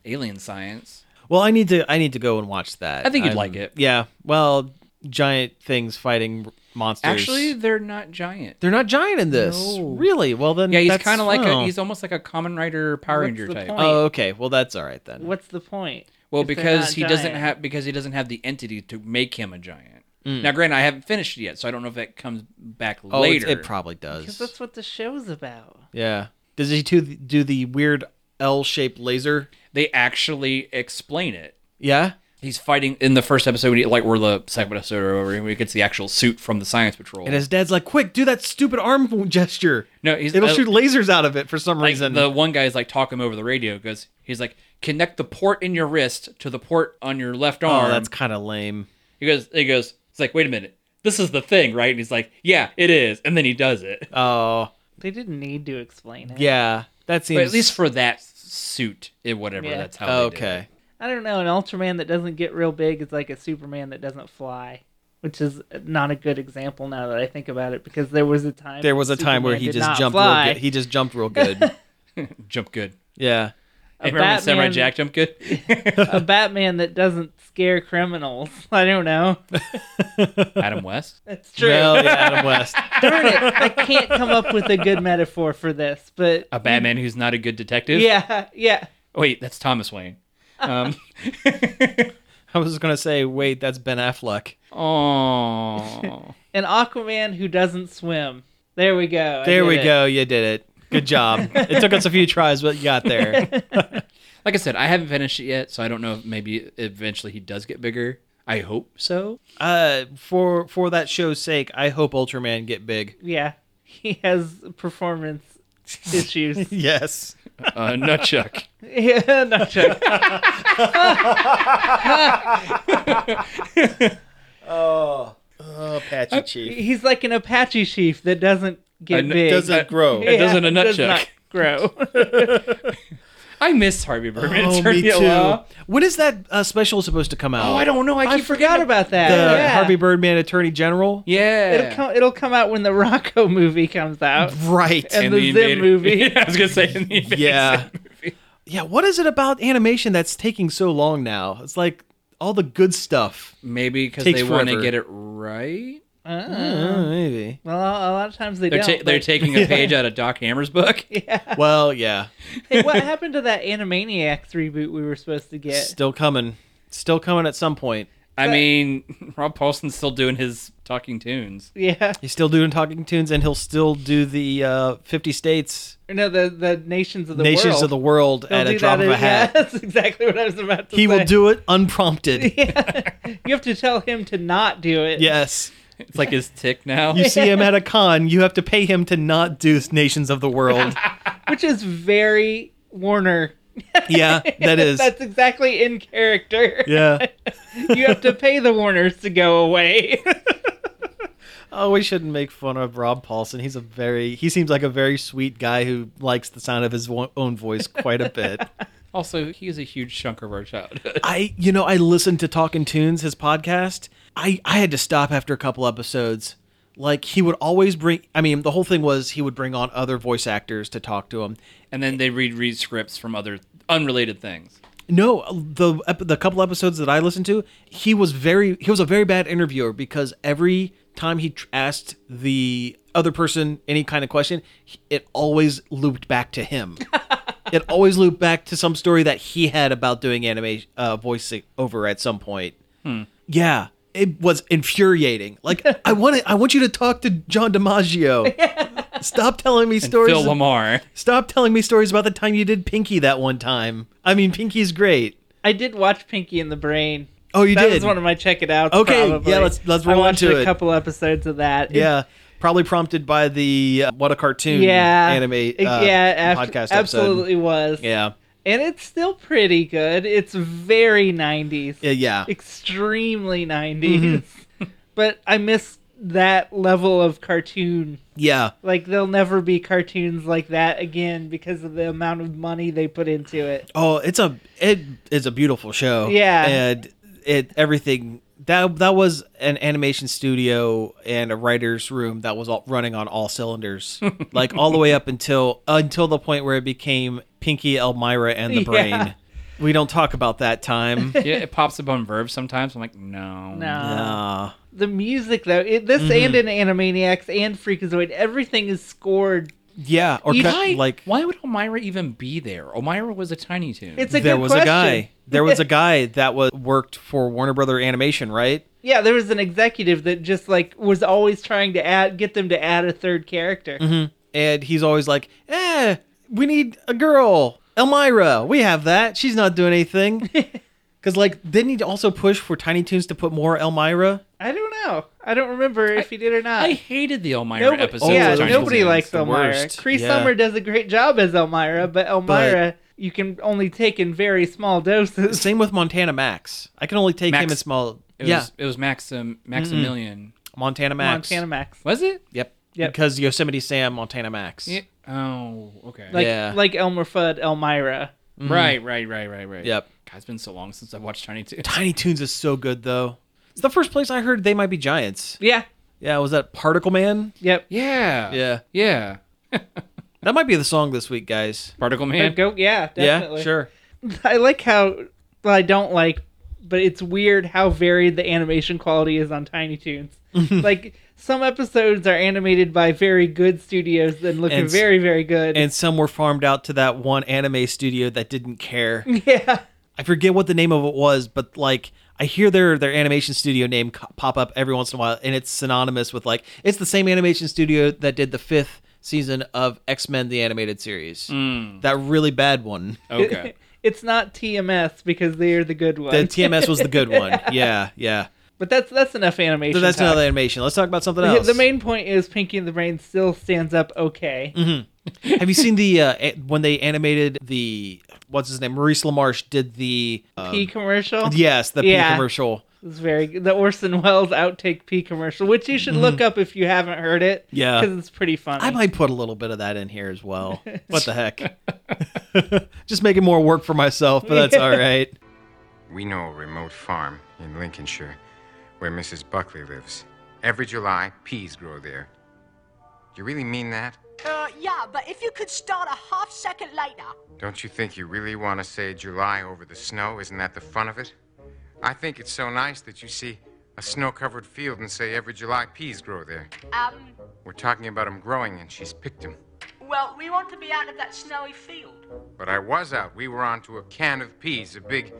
Speaker 3: alien science.
Speaker 1: Well, I need to I need to go and watch that.
Speaker 3: I think you'd
Speaker 1: I'm-
Speaker 3: like it.
Speaker 1: Yeah. Well, giant things fighting monsters.
Speaker 3: Actually, they're not giant.
Speaker 1: they're not giant in this.
Speaker 3: No.
Speaker 1: Really? Well, then
Speaker 3: Yeah, he's
Speaker 1: that's-
Speaker 3: kind of like
Speaker 1: oh.
Speaker 3: a, he's almost like a common rider Power
Speaker 2: What's
Speaker 3: Ranger
Speaker 2: the
Speaker 3: type.
Speaker 2: point?
Speaker 1: Oh, okay. Well, that's all right then.
Speaker 2: What's the point?
Speaker 3: Well,
Speaker 2: if they're
Speaker 3: because
Speaker 2: not
Speaker 3: he doesn't
Speaker 2: giant?
Speaker 3: have because he doesn't have the entity to make him a giant. Now, granted, I haven't finished it yet, so I don't know if that comes back
Speaker 1: Mm. Oh, it's-
Speaker 3: later.
Speaker 1: it probably
Speaker 2: Because
Speaker 1: does.
Speaker 2: that's what the show's about.
Speaker 1: Yeah. Does he too do the weird L-shaped laser?
Speaker 3: they actually explain it.
Speaker 1: Yeah.
Speaker 3: He's fighting in the first episode, when he, like or the second episode or whatever, when he gets the actual suit from the science patrol.
Speaker 1: And his dad's like, "Quick, do that stupid arm gesture.
Speaker 3: No, he's-
Speaker 1: it'll
Speaker 3: uh,
Speaker 1: shoot lasers out of it for some
Speaker 3: like
Speaker 1: reason."
Speaker 3: the one guy's like talking over the radio because he's like, connect the port in your wrist to the port on your left
Speaker 1: oh,
Speaker 3: arm.
Speaker 1: that's kind of lame.
Speaker 3: He goes, he goes. It's like, wait a minute, this is the thing, right? And he's like, yeah, it is. And then he does it.
Speaker 1: Oh,
Speaker 2: They didn't need to explain it.
Speaker 1: yeah. That seems
Speaker 3: But at least for that suit, it whatever.
Speaker 2: Yeah.
Speaker 3: That's how. they did
Speaker 1: okay.
Speaker 3: it.
Speaker 2: I don't know. An Ultraman that doesn't get real big is like a Superman that doesn't fly, which is not a good example now that I think about it. Because there was a time
Speaker 1: There was a time where
Speaker 2: Superman
Speaker 1: he
Speaker 2: did
Speaker 1: just
Speaker 2: not
Speaker 1: jumped
Speaker 2: fly.
Speaker 1: real good. He just jumped real
Speaker 2: <laughs>
Speaker 1: good.
Speaker 3: Jump good.
Speaker 1: yeah.
Speaker 2: A
Speaker 3: Hey, remember when Samurai
Speaker 2: Batman-
Speaker 3: Jack jumped good?
Speaker 2: a <laughs> Batman that doesn't scare criminals. <laughs> I don't know.
Speaker 3: Adam West.
Speaker 2: <laughs> That's true.
Speaker 1: Well, yeah, Adam West.
Speaker 2: Darn it! I can't come up with a good metaphor for this, but
Speaker 3: A Batman who's not a good detective.
Speaker 2: yeah, yeah.
Speaker 3: Wait, that's Thomas Wayne. <laughs> Um,
Speaker 1: I was gonna say, wait, that's Ben Affleck.
Speaker 3: oh.
Speaker 2: An Aquaman who doesn't swim. There we go. I
Speaker 1: There
Speaker 2: did
Speaker 1: we
Speaker 2: it.
Speaker 1: go. You did it. Good job. It took us a few tries, but you got
Speaker 2: <laughs>
Speaker 1: there.
Speaker 3: <laughs> Like I said, I haven't finished it yet, so I don't know if maybe eventually he does get bigger. I hope so.
Speaker 1: Uh, for for that show's sake, I hope Ultraman
Speaker 4: <laughs>
Speaker 1: get big.
Speaker 2: Yeah, he has performance issues. <laughs>
Speaker 1: Yes.
Speaker 3: Uh, Nutchuck.
Speaker 2: yeah, not joking.
Speaker 4: Oh, oh, Patchy
Speaker 2: <laughs>
Speaker 4: Chief.
Speaker 2: He's like an Apache chief that doesn't get
Speaker 3: And
Speaker 2: big.
Speaker 4: Doesn't
Speaker 3: I-
Speaker 4: grow.
Speaker 3: it doesn't a nut
Speaker 2: does
Speaker 3: chuck.
Speaker 2: not
Speaker 3: <laughs>
Speaker 2: grow.
Speaker 3: I miss Harvey Birdman.
Speaker 4: Oh, me
Speaker 3: Attorney at
Speaker 4: too.
Speaker 3: Law.
Speaker 1: When is that uh, special supposed to come out?
Speaker 3: Oh, I don't know. I keep
Speaker 2: I forgot
Speaker 3: forgetting
Speaker 2: about that.
Speaker 1: The
Speaker 2: yeah.
Speaker 1: Harvey Birdman Attorney General.
Speaker 3: Yeah.
Speaker 2: It'll come. It'll come out when the Rocco movie comes out.
Speaker 1: Right.
Speaker 2: And- the Zim
Speaker 3: Invader- <laughs>
Speaker 2: movie.
Speaker 3: I was gonna say in the Invader
Speaker 1: Yeah.
Speaker 3: Zim movie.
Speaker 1: <laughs> yeah. What is it about animation that's taking so long now? It's like all the good stuff.
Speaker 3: Maybe because
Speaker 1: Takes
Speaker 3: they want to
Speaker 1: forever.
Speaker 3: get it right.
Speaker 2: Uh,
Speaker 1: Uh, maybe.
Speaker 2: well, a lot of times they
Speaker 3: They're
Speaker 2: don't.
Speaker 3: ta- they're
Speaker 2: but- <laughs>
Speaker 3: taking a page out of Doc Hammer's book.
Speaker 2: yeah.
Speaker 1: Well, yeah.
Speaker 2: Hey,
Speaker 1: <laughs>
Speaker 2: what happened to that Animaniacs reboot we were supposed to get?
Speaker 1: Still coming. Still coming at some point.
Speaker 3: I mean, <laughs> Rob Paulson's still doing his talking tunes.
Speaker 2: Yeah.
Speaker 1: He's still doing Talking Tunes, and he'll still do the uh, 50 states,
Speaker 2: Or no, the the nations of the
Speaker 1: nations
Speaker 2: world.
Speaker 1: of the world
Speaker 2: They'll
Speaker 1: at a
Speaker 2: do
Speaker 1: drop
Speaker 2: that
Speaker 1: of
Speaker 2: in-
Speaker 1: a
Speaker 2: <laughs>
Speaker 1: hat.
Speaker 2: Yeah, that's exactly what I was about to
Speaker 1: He
Speaker 2: say.
Speaker 1: will do it unprompted.
Speaker 2: <laughs> Yeah. you have to tell him to not do it.
Speaker 1: Yes.
Speaker 3: It's like his tick now.
Speaker 1: You see him at a con, you have to pay him to not do Nations of the
Speaker 2: <laughs>
Speaker 1: World.
Speaker 2: Which is very Warner.
Speaker 1: Yeah,
Speaker 2: <laughs>
Speaker 1: that is.
Speaker 2: That's exactly in character.
Speaker 1: Yeah.
Speaker 2: <laughs> you have to pay the Warners to go away. <laughs>
Speaker 1: Oh, we shouldn't make fun of Rob Paulson. He's a very, he seems like a very sweet guy who likes the sound of his wo- own voice quite a bit.
Speaker 3: <laughs> Also, he is a huge chunk of our childhood.
Speaker 1: <laughs>
Speaker 3: <laughs>
Speaker 1: I, you know, I listened to Talking Tunes, his podcast. I, I had to stop after a couple episodes. Like he would always bring. I mean, the whole thing was he would bring on other voice actors to talk to him.
Speaker 3: And then they read read scripts from other unrelated things.
Speaker 1: No, the ep- the couple episodes that I listened to, he was very he was a very bad interviewer because every time he tr- asked the other person any kind of question, he- it always looped back to
Speaker 3: <laughs>
Speaker 1: him. it always looped back to some story that he had about doing animation uh, voice over at some point.
Speaker 3: Hmm.
Speaker 1: Yeah, it was infuriating. Like I want to, I want you to talk to John
Speaker 3: <laughs>
Speaker 1: DiMaggio. Stop telling me
Speaker 3: And
Speaker 1: stories.
Speaker 3: Phil Lamar.
Speaker 1: Stop telling me stories about the time you did Pinky that one time. I mean, Pinky's great.
Speaker 2: I did watch Pinky in the Brain.
Speaker 1: Oh, you
Speaker 2: that
Speaker 1: did.
Speaker 2: was one of my check it outs.
Speaker 1: Okay,
Speaker 2: probably.
Speaker 1: yeah, let's- let's
Speaker 2: I
Speaker 1: roll
Speaker 2: watched
Speaker 1: into
Speaker 2: a
Speaker 1: it.
Speaker 2: couple episodes of that.
Speaker 1: yeah, probably prompted by the uh, what a cartoon
Speaker 2: yeah,
Speaker 1: anime uh,
Speaker 2: It- yeah, ab-
Speaker 1: podcast
Speaker 2: absolutely was.
Speaker 1: episode. Yeah,
Speaker 2: and it's still pretty good. It's very nineties,
Speaker 1: yeah, Mm-hmm. yeah.
Speaker 2: extremely 90s <laughs> but I miss that level of cartoon.
Speaker 1: yeah.
Speaker 2: Like there'll never be cartoons like that again because of the amount of money they put into it.
Speaker 1: Oh, it's a it is a beautiful show.
Speaker 2: Yeah.
Speaker 1: and it everything that that was an animation studio and a writer's room that was all running on all
Speaker 2: <laughs>
Speaker 1: cylinders, like all the way up until until the point where it became Pinky Elmira and the
Speaker 2: Yeah.
Speaker 1: Brain. We don't talk about that
Speaker 2: <laughs>
Speaker 1: time.
Speaker 3: Yeah, it pops up on Verve sometimes. I'm like, no.
Speaker 2: No.
Speaker 1: Nah.
Speaker 2: The music though, it, this
Speaker 1: Mm-hmm.
Speaker 2: and in Animaniacs and Freakazoid, everything is scored.
Speaker 1: yeah, or
Speaker 3: Why,
Speaker 1: cut- like
Speaker 3: why would Elmira even be there? Elmira was a Tiny Toon.
Speaker 2: It's a
Speaker 1: there
Speaker 2: good
Speaker 1: was a
Speaker 2: question.
Speaker 1: guy. <laughs> There
Speaker 2: <laughs>
Speaker 1: was a guy that was worked for Warner Brother Animation, right?
Speaker 2: Yeah, there was an executive that just like was always trying to add get them to add a third character.
Speaker 1: And he's always like, "Eh, we need a girl, Elmira. We have that. She's not doing anything."
Speaker 2: <laughs>
Speaker 1: Because like, didn't he also push for Tiny Toons to put more Elmira?
Speaker 2: I don't know. I don't remember if he did or not.
Speaker 3: I hated the Elmira
Speaker 2: Uh, Nobody,
Speaker 3: episode.
Speaker 2: yeah,
Speaker 3: of Tiny
Speaker 2: nobody
Speaker 3: Toons.
Speaker 2: likes
Speaker 1: the
Speaker 2: Elmira.
Speaker 1: worst.
Speaker 2: Cree
Speaker 1: Yeah.
Speaker 2: Summer does a great job as Elmira, but Elmira you can only take in very small doses.
Speaker 1: Same with Montana Max. I can only take
Speaker 3: Max.
Speaker 1: him in small.
Speaker 3: It
Speaker 1: yeah,
Speaker 3: was it was Maxim Maximilian.
Speaker 1: Montana <laughs> Max.
Speaker 2: Montana Max.
Speaker 3: Was it?
Speaker 1: Yep.
Speaker 2: Yep.
Speaker 1: Because Yosemite Sam, Montana Max.
Speaker 3: Yeah. Oh, okay.
Speaker 2: Like
Speaker 1: Yeah.
Speaker 2: like Elmer Fudd, Elmira.
Speaker 3: right, right, right, right, right.
Speaker 1: Yep.
Speaker 3: God, it's been so long since I've watched Tiny Toons.
Speaker 1: Tiny Toons is so good though. It's the first place I heard they might be giants.
Speaker 2: Yeah.
Speaker 1: Yeah, was that Particle Man?
Speaker 2: Yep.
Speaker 3: <laughs> Yeah.
Speaker 1: Yeah.
Speaker 3: Yeah.
Speaker 1: That might be the song this week, guys.
Speaker 3: Particle
Speaker 2: But
Speaker 3: Man.
Speaker 2: Go, yeah, definitely.
Speaker 1: Yeah, sure.
Speaker 2: I like how well, I don't like, but it's weird how varied the animation quality is on
Speaker 1: <laughs>
Speaker 2: Tiny Toons. like some episodes are animated by very good studios that look
Speaker 1: And s-
Speaker 2: very very good.
Speaker 1: And some were farmed out to that one anime studio that didn't care.
Speaker 2: <laughs> yeah.
Speaker 1: I forget what the name of it was, but like I hear their their animation studio name co- pop up every once in a while, and it's synonymous with like it's the same animation studio that did the fifth season of X Men the animated series.
Speaker 2: Mm.
Speaker 1: That really bad one.
Speaker 3: Hmm.
Speaker 2: Oh, <laughs>
Speaker 3: Okay.
Speaker 2: it's not TMS because they are the good ones.
Speaker 1: The TMS was the good one. Yeah, yeah.
Speaker 2: <laughs> but that's that's enough animation.
Speaker 1: So that's
Speaker 2: talk.
Speaker 1: another animation. Let's talk about something
Speaker 2: The-
Speaker 1: else.
Speaker 2: The main point is Pinky and the Brain still stands up okay.
Speaker 1: Mm. Have you seen the uh, a- when they animated the what's his name? Maurice LaMarche did the um,
Speaker 2: P commercial.
Speaker 1: yes, the P
Speaker 2: Yeah.
Speaker 1: commercial.
Speaker 2: It's very good. The Orson Welles outtake P commercial, which you should look up if you haven't heard it.
Speaker 1: Mm-hmm. Yeah.
Speaker 2: Because it's pretty funny.
Speaker 1: I might put a little bit of that in here as well. What the heck? <laughs> Just making more work for myself, but that's all right.
Speaker 5: We know a remote farm in Lincolnshire where Mrs. Buckley lives. Every July, peas grow there. You really mean that?
Speaker 6: Uh, yeah, but if you could start a half second later.
Speaker 5: Don't you think you really want to say July over the snow? Isn't that the fun of it? I think it's so nice that you see a snow covered field and say every July peas grow there.
Speaker 6: Um,
Speaker 5: We're talking about 'em growing and she's picked 'em.
Speaker 6: well, we want to be out of that snowy field.
Speaker 5: But I was out. We were onto a can of peas, a big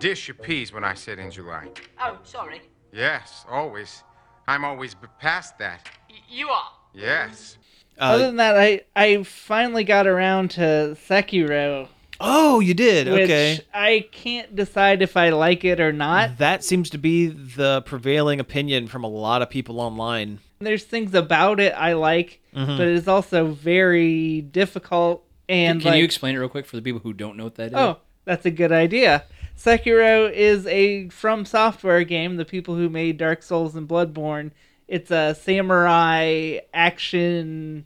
Speaker 5: dish of peas when I said in July.
Speaker 6: Oh, sorry.
Speaker 5: Yes, always. I'm always b- past that.
Speaker 6: Y- you are.
Speaker 5: Yes.
Speaker 1: Uh,
Speaker 3: Uh,
Speaker 2: Other than that, I I finally got around to Sekiro,
Speaker 1: Oh, you did.
Speaker 2: which
Speaker 1: okay.
Speaker 2: I can't decide if I like it or not.
Speaker 1: That seems to be the prevailing opinion from a lot of people online.
Speaker 3: Mm-hmm.
Speaker 2: There's things about it I like, but it is also very difficult and
Speaker 3: Can
Speaker 2: like
Speaker 3: you explain it real quick for the people who don't know what that is?
Speaker 2: Oh, that's a good idea. Sekiro is a From Software game, the people who made Dark Souls and Bloodborne. It's a samurai action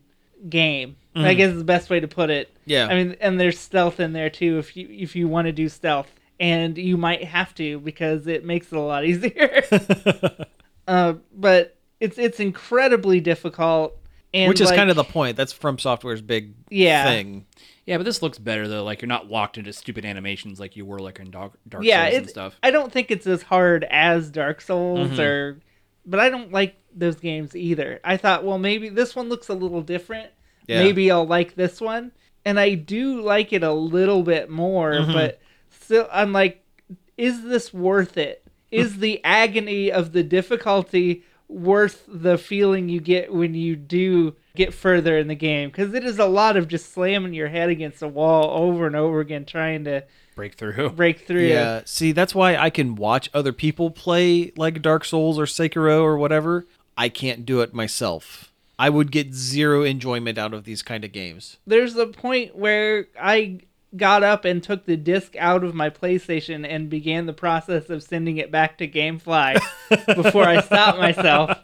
Speaker 2: game. I guess is the best way to put it.
Speaker 1: Mm. Yeah.
Speaker 2: I mean, and there's stealth in there too if you if you want to do stealth, and you might have to because it makes it a
Speaker 1: <laughs>
Speaker 2: lot <laughs> easier. uh, but it's it's incredibly difficult. And
Speaker 1: Which is
Speaker 2: like-
Speaker 1: kind of the point. That's from software's big
Speaker 2: Yeah.
Speaker 1: thing.
Speaker 3: Yeah, but this looks better though. Like you're not locked into stupid animations like you were like in Dark, Dark
Speaker 2: yeah,
Speaker 3: Souls
Speaker 2: it's,
Speaker 3: and stuff.
Speaker 2: I don't think it's as hard as Dark Souls
Speaker 1: Mm-hmm.
Speaker 2: or but I don't like those games either. I thought, well, maybe this one looks a little different.
Speaker 1: Yeah.
Speaker 2: Maybe I'll like this one. And I do like it a little bit more,
Speaker 1: Mm-hmm.
Speaker 2: but still I'm like is this worth it?
Speaker 1: <laughs>
Speaker 2: Is the agony of the difficulty worth the feeling you get when you do get further in the game? Cuz it is a lot of just slamming your head against a wall over and over again trying to
Speaker 3: Breakthrough.
Speaker 2: break through.
Speaker 1: Yeah. See, that's why I can watch other people play like Dark Souls or Sekiro or whatever. I can't do it myself. I would get zero enjoyment out of these kind of games.
Speaker 2: there's a point where I got up and took the disc out of my PlayStation and began the process of sending it back to
Speaker 3: <laughs>
Speaker 2: GameFly before I stopped myself.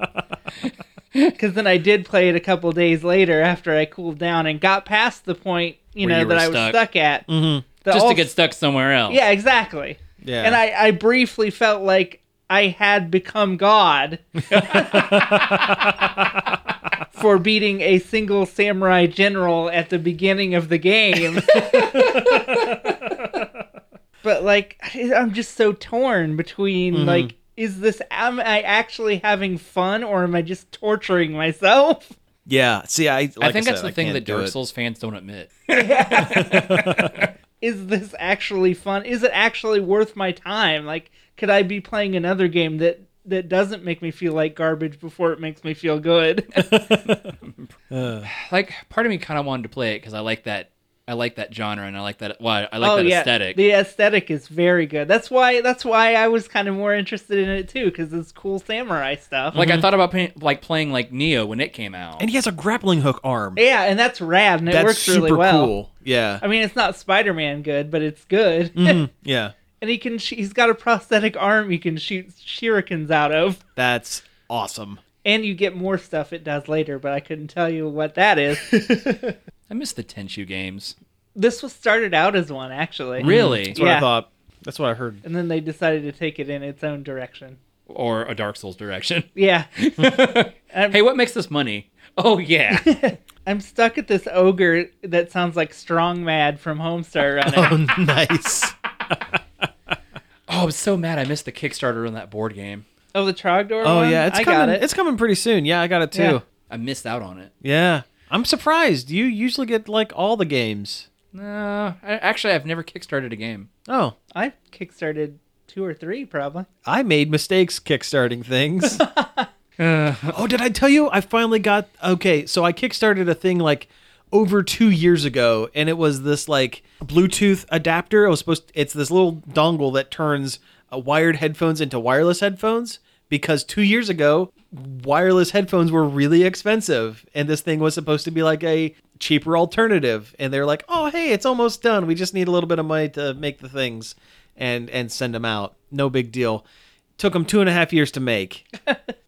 Speaker 2: Because then I did play it a couple days later after I cooled down and got past the point, you
Speaker 3: Where
Speaker 2: know,
Speaker 3: you
Speaker 2: that
Speaker 3: were
Speaker 2: I was
Speaker 3: stuck.
Speaker 2: stuck at. Mm-hmm.
Speaker 3: Just to get stuck somewhere else.
Speaker 2: Yeah, exactly.
Speaker 1: Yeah.
Speaker 2: And I, I briefly felt like I had become God for beating a single samurai general at the beginning of the game. but like I'm just so torn between like is this am I actually having fun or am I just torturing myself?
Speaker 1: Yeah. See, I. Like
Speaker 3: I think that's the thing that Dark
Speaker 1: Dark
Speaker 3: Souls fans don't admit.
Speaker 2: Is this actually fun? Is it actually worth my time? Like could I be playing another game that that doesn't make me feel like garbage before it makes me
Speaker 1: <laughs>
Speaker 2: feel good?
Speaker 3: Like part of me kind of wanted to play it because I like that. I like that genre and I like that. Well, I like that aesthetic.
Speaker 2: Oh, The aesthetic is very good. That's why that's why I was kind of more interested in it too because it's cool samurai stuff.
Speaker 3: Like I thought about playing, like playing like Neo when it came out.
Speaker 1: And he has a grappling hook arm.
Speaker 2: yeah, and that's rad and it
Speaker 1: that's
Speaker 2: works
Speaker 1: super
Speaker 2: really well.
Speaker 1: cool. Yeah.
Speaker 2: I mean, it's not Spider-Man good, but it's good.
Speaker 1: Mm-hmm. yeah.
Speaker 2: <laughs> and he can sh- he's got a prosthetic arm he can shoot shurikens out of.
Speaker 1: That's awesome.
Speaker 2: And you get more stuff it does later, but I couldn't tell you what that is.
Speaker 3: I miss the Tenchu games.
Speaker 2: this was started out as one actually.
Speaker 3: Really?
Speaker 1: That's what I
Speaker 2: Yeah.
Speaker 1: thought. That's what I heard. <laughs>
Speaker 2: And then they decided to take it in its own direction.
Speaker 3: Or a Dark Souls direction.
Speaker 2: Yeah. <laughs>
Speaker 3: hey, what makes this money? Oh yeah.
Speaker 2: I'm stuck at this ogre that sounds like Strong Mad from Homestar
Speaker 1: <laughs>
Speaker 2: Runner.
Speaker 1: Oh, nice.
Speaker 3: oh, I'm so mad. I missed the Kickstarter on that board game.
Speaker 2: oh, the Trogdor
Speaker 1: Oh
Speaker 2: one?
Speaker 1: yeah, it's
Speaker 2: I
Speaker 1: coming.
Speaker 2: got it.
Speaker 1: It's coming pretty soon. Yeah, I got it too.
Speaker 2: Yeah.
Speaker 1: Yeah.
Speaker 3: I missed out on it.
Speaker 1: I'm surprised. You usually get like all the games.
Speaker 3: No, I, actually, I've never kickstarted a game.
Speaker 1: Oh,
Speaker 2: I kickstarted two or three probably.
Speaker 1: I made mistakes kickstarting things. <laughs> Oh, did I tell you? I finally got okay. So I kickstarted a thing like over two years ago, and it was this like Bluetooth adapter. I was supposed. it's this little dongle that turns uh, wired headphones into wireless headphones. Because two years ago, wireless headphones were really expensive, and this thing was supposed to be like a cheaper alternative. And they're like, "Oh, hey, it's almost done. We just need a little bit of money to make the things, and and send them out. No big deal." Took them two and a half years to make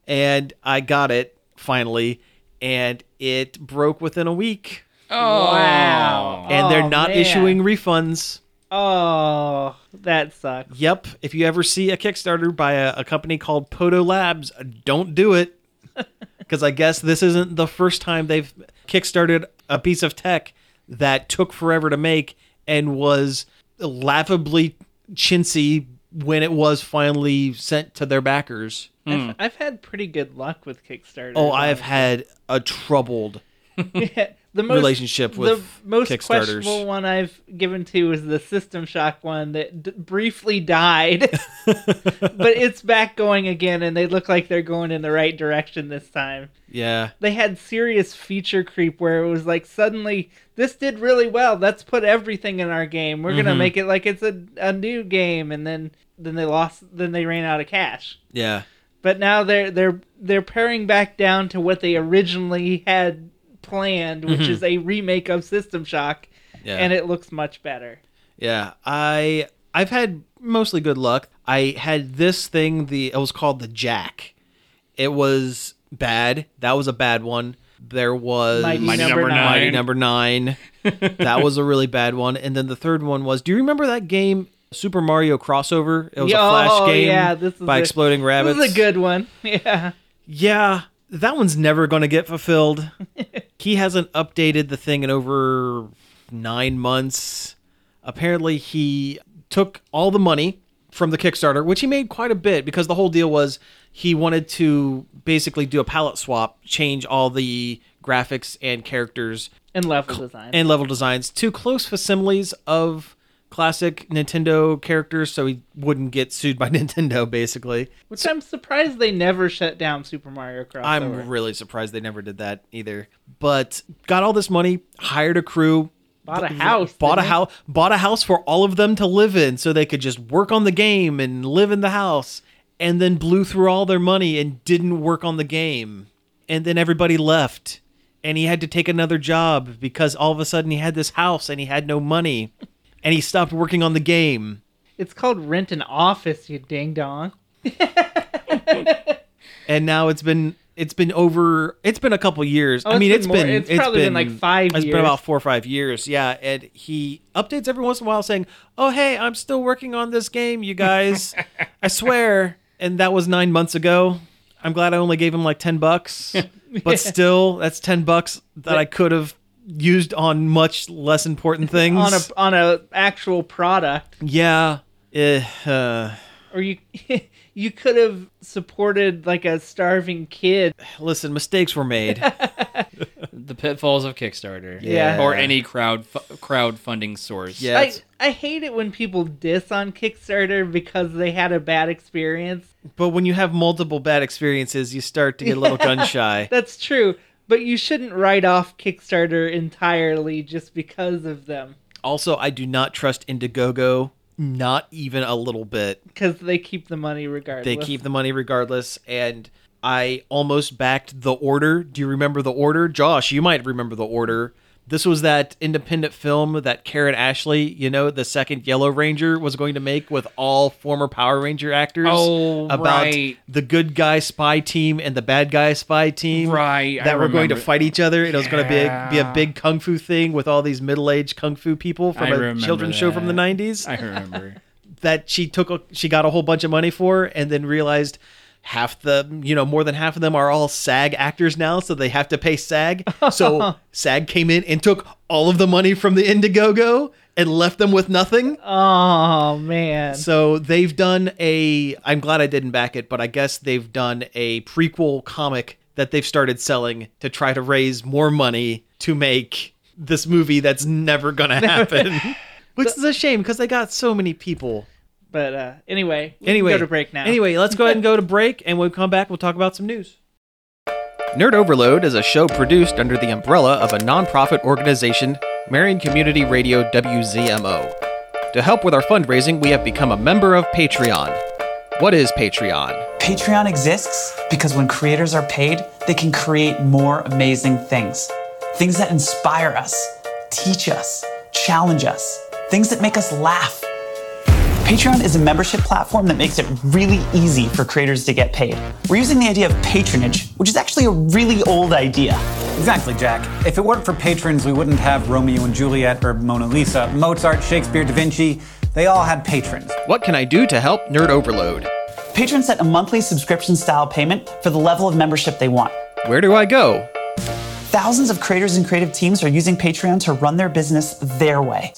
Speaker 1: and I got it finally, and it broke within a week.
Speaker 3: Oh, wow.
Speaker 1: And
Speaker 2: Oh,
Speaker 1: they're not
Speaker 2: man.
Speaker 1: issuing refunds.
Speaker 2: Oh, that sucks.
Speaker 1: Yep. If you ever see a Kickstarter by a, a company called Podo Labs, don't do it. <laughs> Because I guess this isn't the first time they've kickstarted a piece of tech that took forever to make and was laughably chintzy when it was finally sent to their backers.
Speaker 2: I've, I've had pretty good luck with Kickstarter.
Speaker 1: Hmm. Oh, I've had a troubled
Speaker 2: the most,
Speaker 1: relationship with
Speaker 2: the most
Speaker 1: Kickstarters.
Speaker 2: questionable one I've given to is the System Shock one that d- briefly died, <laughs> but it's back going again, and they look like they're going in the right direction this time.
Speaker 1: Yeah.
Speaker 2: They had serious feature creep where it was like suddenly this did really well. Let's put everything in our game. We're
Speaker 1: Mm-hmm.
Speaker 2: gonna make it like it's a, a new game, and then then they lost. Then they ran out of cash.
Speaker 1: Yeah.
Speaker 2: but now they're they're they're paring back down to what they originally had planned, which is a remake of System Shock,
Speaker 1: Mm-hmm. Yeah.
Speaker 2: and it looks much better.
Speaker 1: Yeah, I I've had mostly good luck. I had this thing the it was called the Jack. It was bad. That was a bad one. There was
Speaker 2: Mighty,
Speaker 3: Mighty
Speaker 2: number,
Speaker 3: Number
Speaker 2: nine.
Speaker 1: Mighty
Speaker 3: Nine.
Speaker 1: number
Speaker 2: <laughs>
Speaker 1: nine. that was a really bad one. And then the third one was. Do you remember that game Super Mario crossover? It was
Speaker 2: Yeah,
Speaker 1: a
Speaker 2: oh,
Speaker 1: flash game
Speaker 2: yeah, this is
Speaker 1: by
Speaker 2: a-
Speaker 1: exploding rabbits.
Speaker 2: This is a good one. <laughs> Yeah,
Speaker 1: Yeah, that one's never going to get fulfilled. he hasn't updated the thing in over nine months. Apparently, he took all the money from the Kickstarter, which he made quite a bit because the whole deal was he wanted to basically do a palette swap, change all the graphics and characters
Speaker 2: and level design.
Speaker 1: and level designs to close facsimiles of classic Nintendo characters so he wouldn't get sued by <laughs> Nintendo, basically.
Speaker 2: which I'm surprised they never shut down Super Mario Crossover.
Speaker 1: I'm really surprised they never did that either. But got all this money, hired a crew,
Speaker 2: Bought a house,
Speaker 1: bought a
Speaker 2: didn't
Speaker 1: house, bought a house for all of them to live in, so they could just work on the game and live in the house, and then blew through all their money and didn't work on the game, and then everybody left, and he had to take another job because all of a sudden he had this house and he had no money, and he stopped working on the game.
Speaker 2: It's called Rent an Office, you ding dong.
Speaker 1: and now it's been it's been over it's been a couple years
Speaker 2: Oh, it's
Speaker 1: i mean
Speaker 2: been
Speaker 1: it's
Speaker 2: more.
Speaker 1: been
Speaker 2: It's probably been like five
Speaker 1: it's
Speaker 2: years.
Speaker 1: been about four or five years yeah and he updates every once in a while saying oh hey i'm still working on this game you
Speaker 2: <laughs>
Speaker 1: guys i swear and that was nine months ago i'm glad i only gave him like 10
Speaker 2: <laughs>
Speaker 1: bucks but still that's 10 bucks that i could have used on much less important things
Speaker 2: <laughs> On a on a actual product,
Speaker 1: yeah Eh, uh,
Speaker 2: or you <laughs> you could have supported like a starving kid
Speaker 1: listen mistakes were
Speaker 2: <laughs>
Speaker 1: made
Speaker 3: The pitfalls of Kickstarter.
Speaker 2: Yeah.
Speaker 3: Or any crowd fu- crowdfunding source.
Speaker 1: Yeah.
Speaker 2: I,
Speaker 1: That's-
Speaker 2: I hate it when people diss on Kickstarter because they had a bad experience.
Speaker 1: but when you have multiple bad experiences you start to get a little gun shy
Speaker 2: That's true, but you shouldn't write off Kickstarter entirely just because of them
Speaker 1: Also, I do not trust Indiegogo, not even a little bit.
Speaker 2: because they keep the money regardless.
Speaker 1: They keep the money regardless, and I almost backed the order. Do you remember the order? Josh, you might remember the order. This was that independent film that Karen Ashley, you know, the second Yellow Ranger, was going to make with all former Power Ranger actors
Speaker 3: Oh,
Speaker 1: about
Speaker 3: right.
Speaker 1: the good guy spy team and the bad guy spy team.
Speaker 3: Right, I
Speaker 1: That were going to
Speaker 3: remember.
Speaker 1: fight each other. It was going to be a, be a big kung fu thing with all these middle aged kung fu people
Speaker 3: I
Speaker 1: from a
Speaker 3: remember
Speaker 1: children's show from the
Speaker 3: that.
Speaker 1: 90s
Speaker 3: I remember.
Speaker 1: that she took a, she got a whole bunch of money for and then realized half the you know more than half of them are all SAG actors now so they have to pay SAG <laughs> so SAG came in and took all of the money from the Indiegogo and left them with nothing
Speaker 2: Oh man,
Speaker 1: so they've done a I'm glad I didn't back it but I guess they've done a prequel comic that they've started selling to try to raise more money to make this movie that's never going <laughs> to happen which is a shame because they got so many people
Speaker 2: but uh, anyway, we can
Speaker 1: Anyway,
Speaker 2: go to break now.
Speaker 1: Anyway, let's go ahead and go to break, and when we come back, we'll talk about some news. Nerd Overload is a show produced under the umbrella of a nonprofit organization, Marion Community Radio WZMO. To help with our fundraising, we have become a member of Patreon. What is Patreon?
Speaker 7: Patreon exists because when creators are paid, they can create more amazing things. Things that inspire us, teach us, challenge us, things that make us laugh. Patreon is a membership platform that makes it really easy for creators to get paid. We're using the idea of patronage, which is actually a really old idea.
Speaker 8: Exactly, Jack. If it weren't for patrons, we wouldn't have Romeo and Juliet or Mona Lisa, Mozart, Shakespeare, Da Vinci. They all had patrons.
Speaker 1: What can I do to help Nerd Overload?
Speaker 7: Patrons set a monthly subscription style payment for the level of membership they want.
Speaker 1: Where do I go?
Speaker 7: Thousands of creators and creative teams are using Patreon to run their business their way.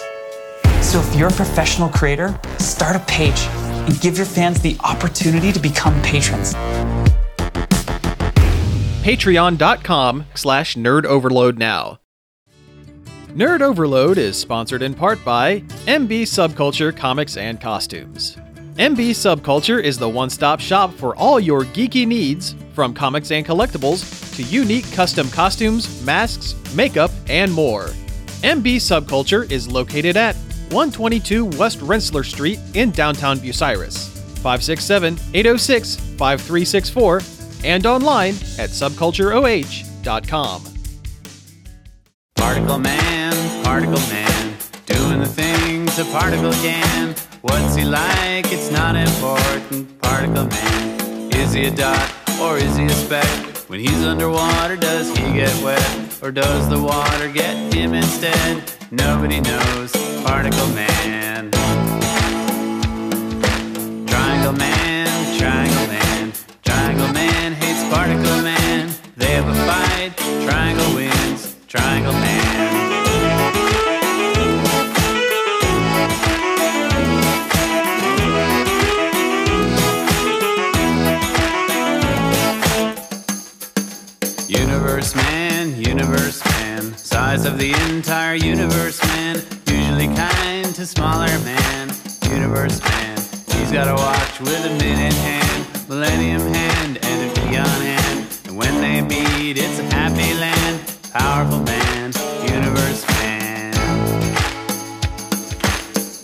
Speaker 7: So if you're a professional creator, start a page and give your fans the opportunity to become patrons.
Speaker 1: patreon.com slash nerdoverload now. Nerd Overload is sponsored in part by MB Subculture Comics and Costumes. MB Subculture is the one stop shop for all your geeky needs, from comics and collectibles to unique custom costumes, masks, makeup, and more. MB Subculture is located at 122 West Rensselaer Street in downtown Bucyrus, 567 806 5364, and online at subcultureoh.com.
Speaker 9: Particle Man, Particle Man, doing the things a particle can. What's he like? It's not important. Particle Man, is he a dot or is he a speck? When he's underwater, does he get wet or does the water get him instead? Nobody knows. Particle Man. Triangle Man, Triangle Man, Triangle Man hates Particle Man. They have a fight, Triangle wins, Triangle Man. Universe Man, Universe Man, size of the entire universe, man. Usually kind to smaller man, Universe Man. He's got a watch with a minute hand, millennium hand, and a beyond hand. And when they beat, it's a happy land. Powerful man, Universe Man.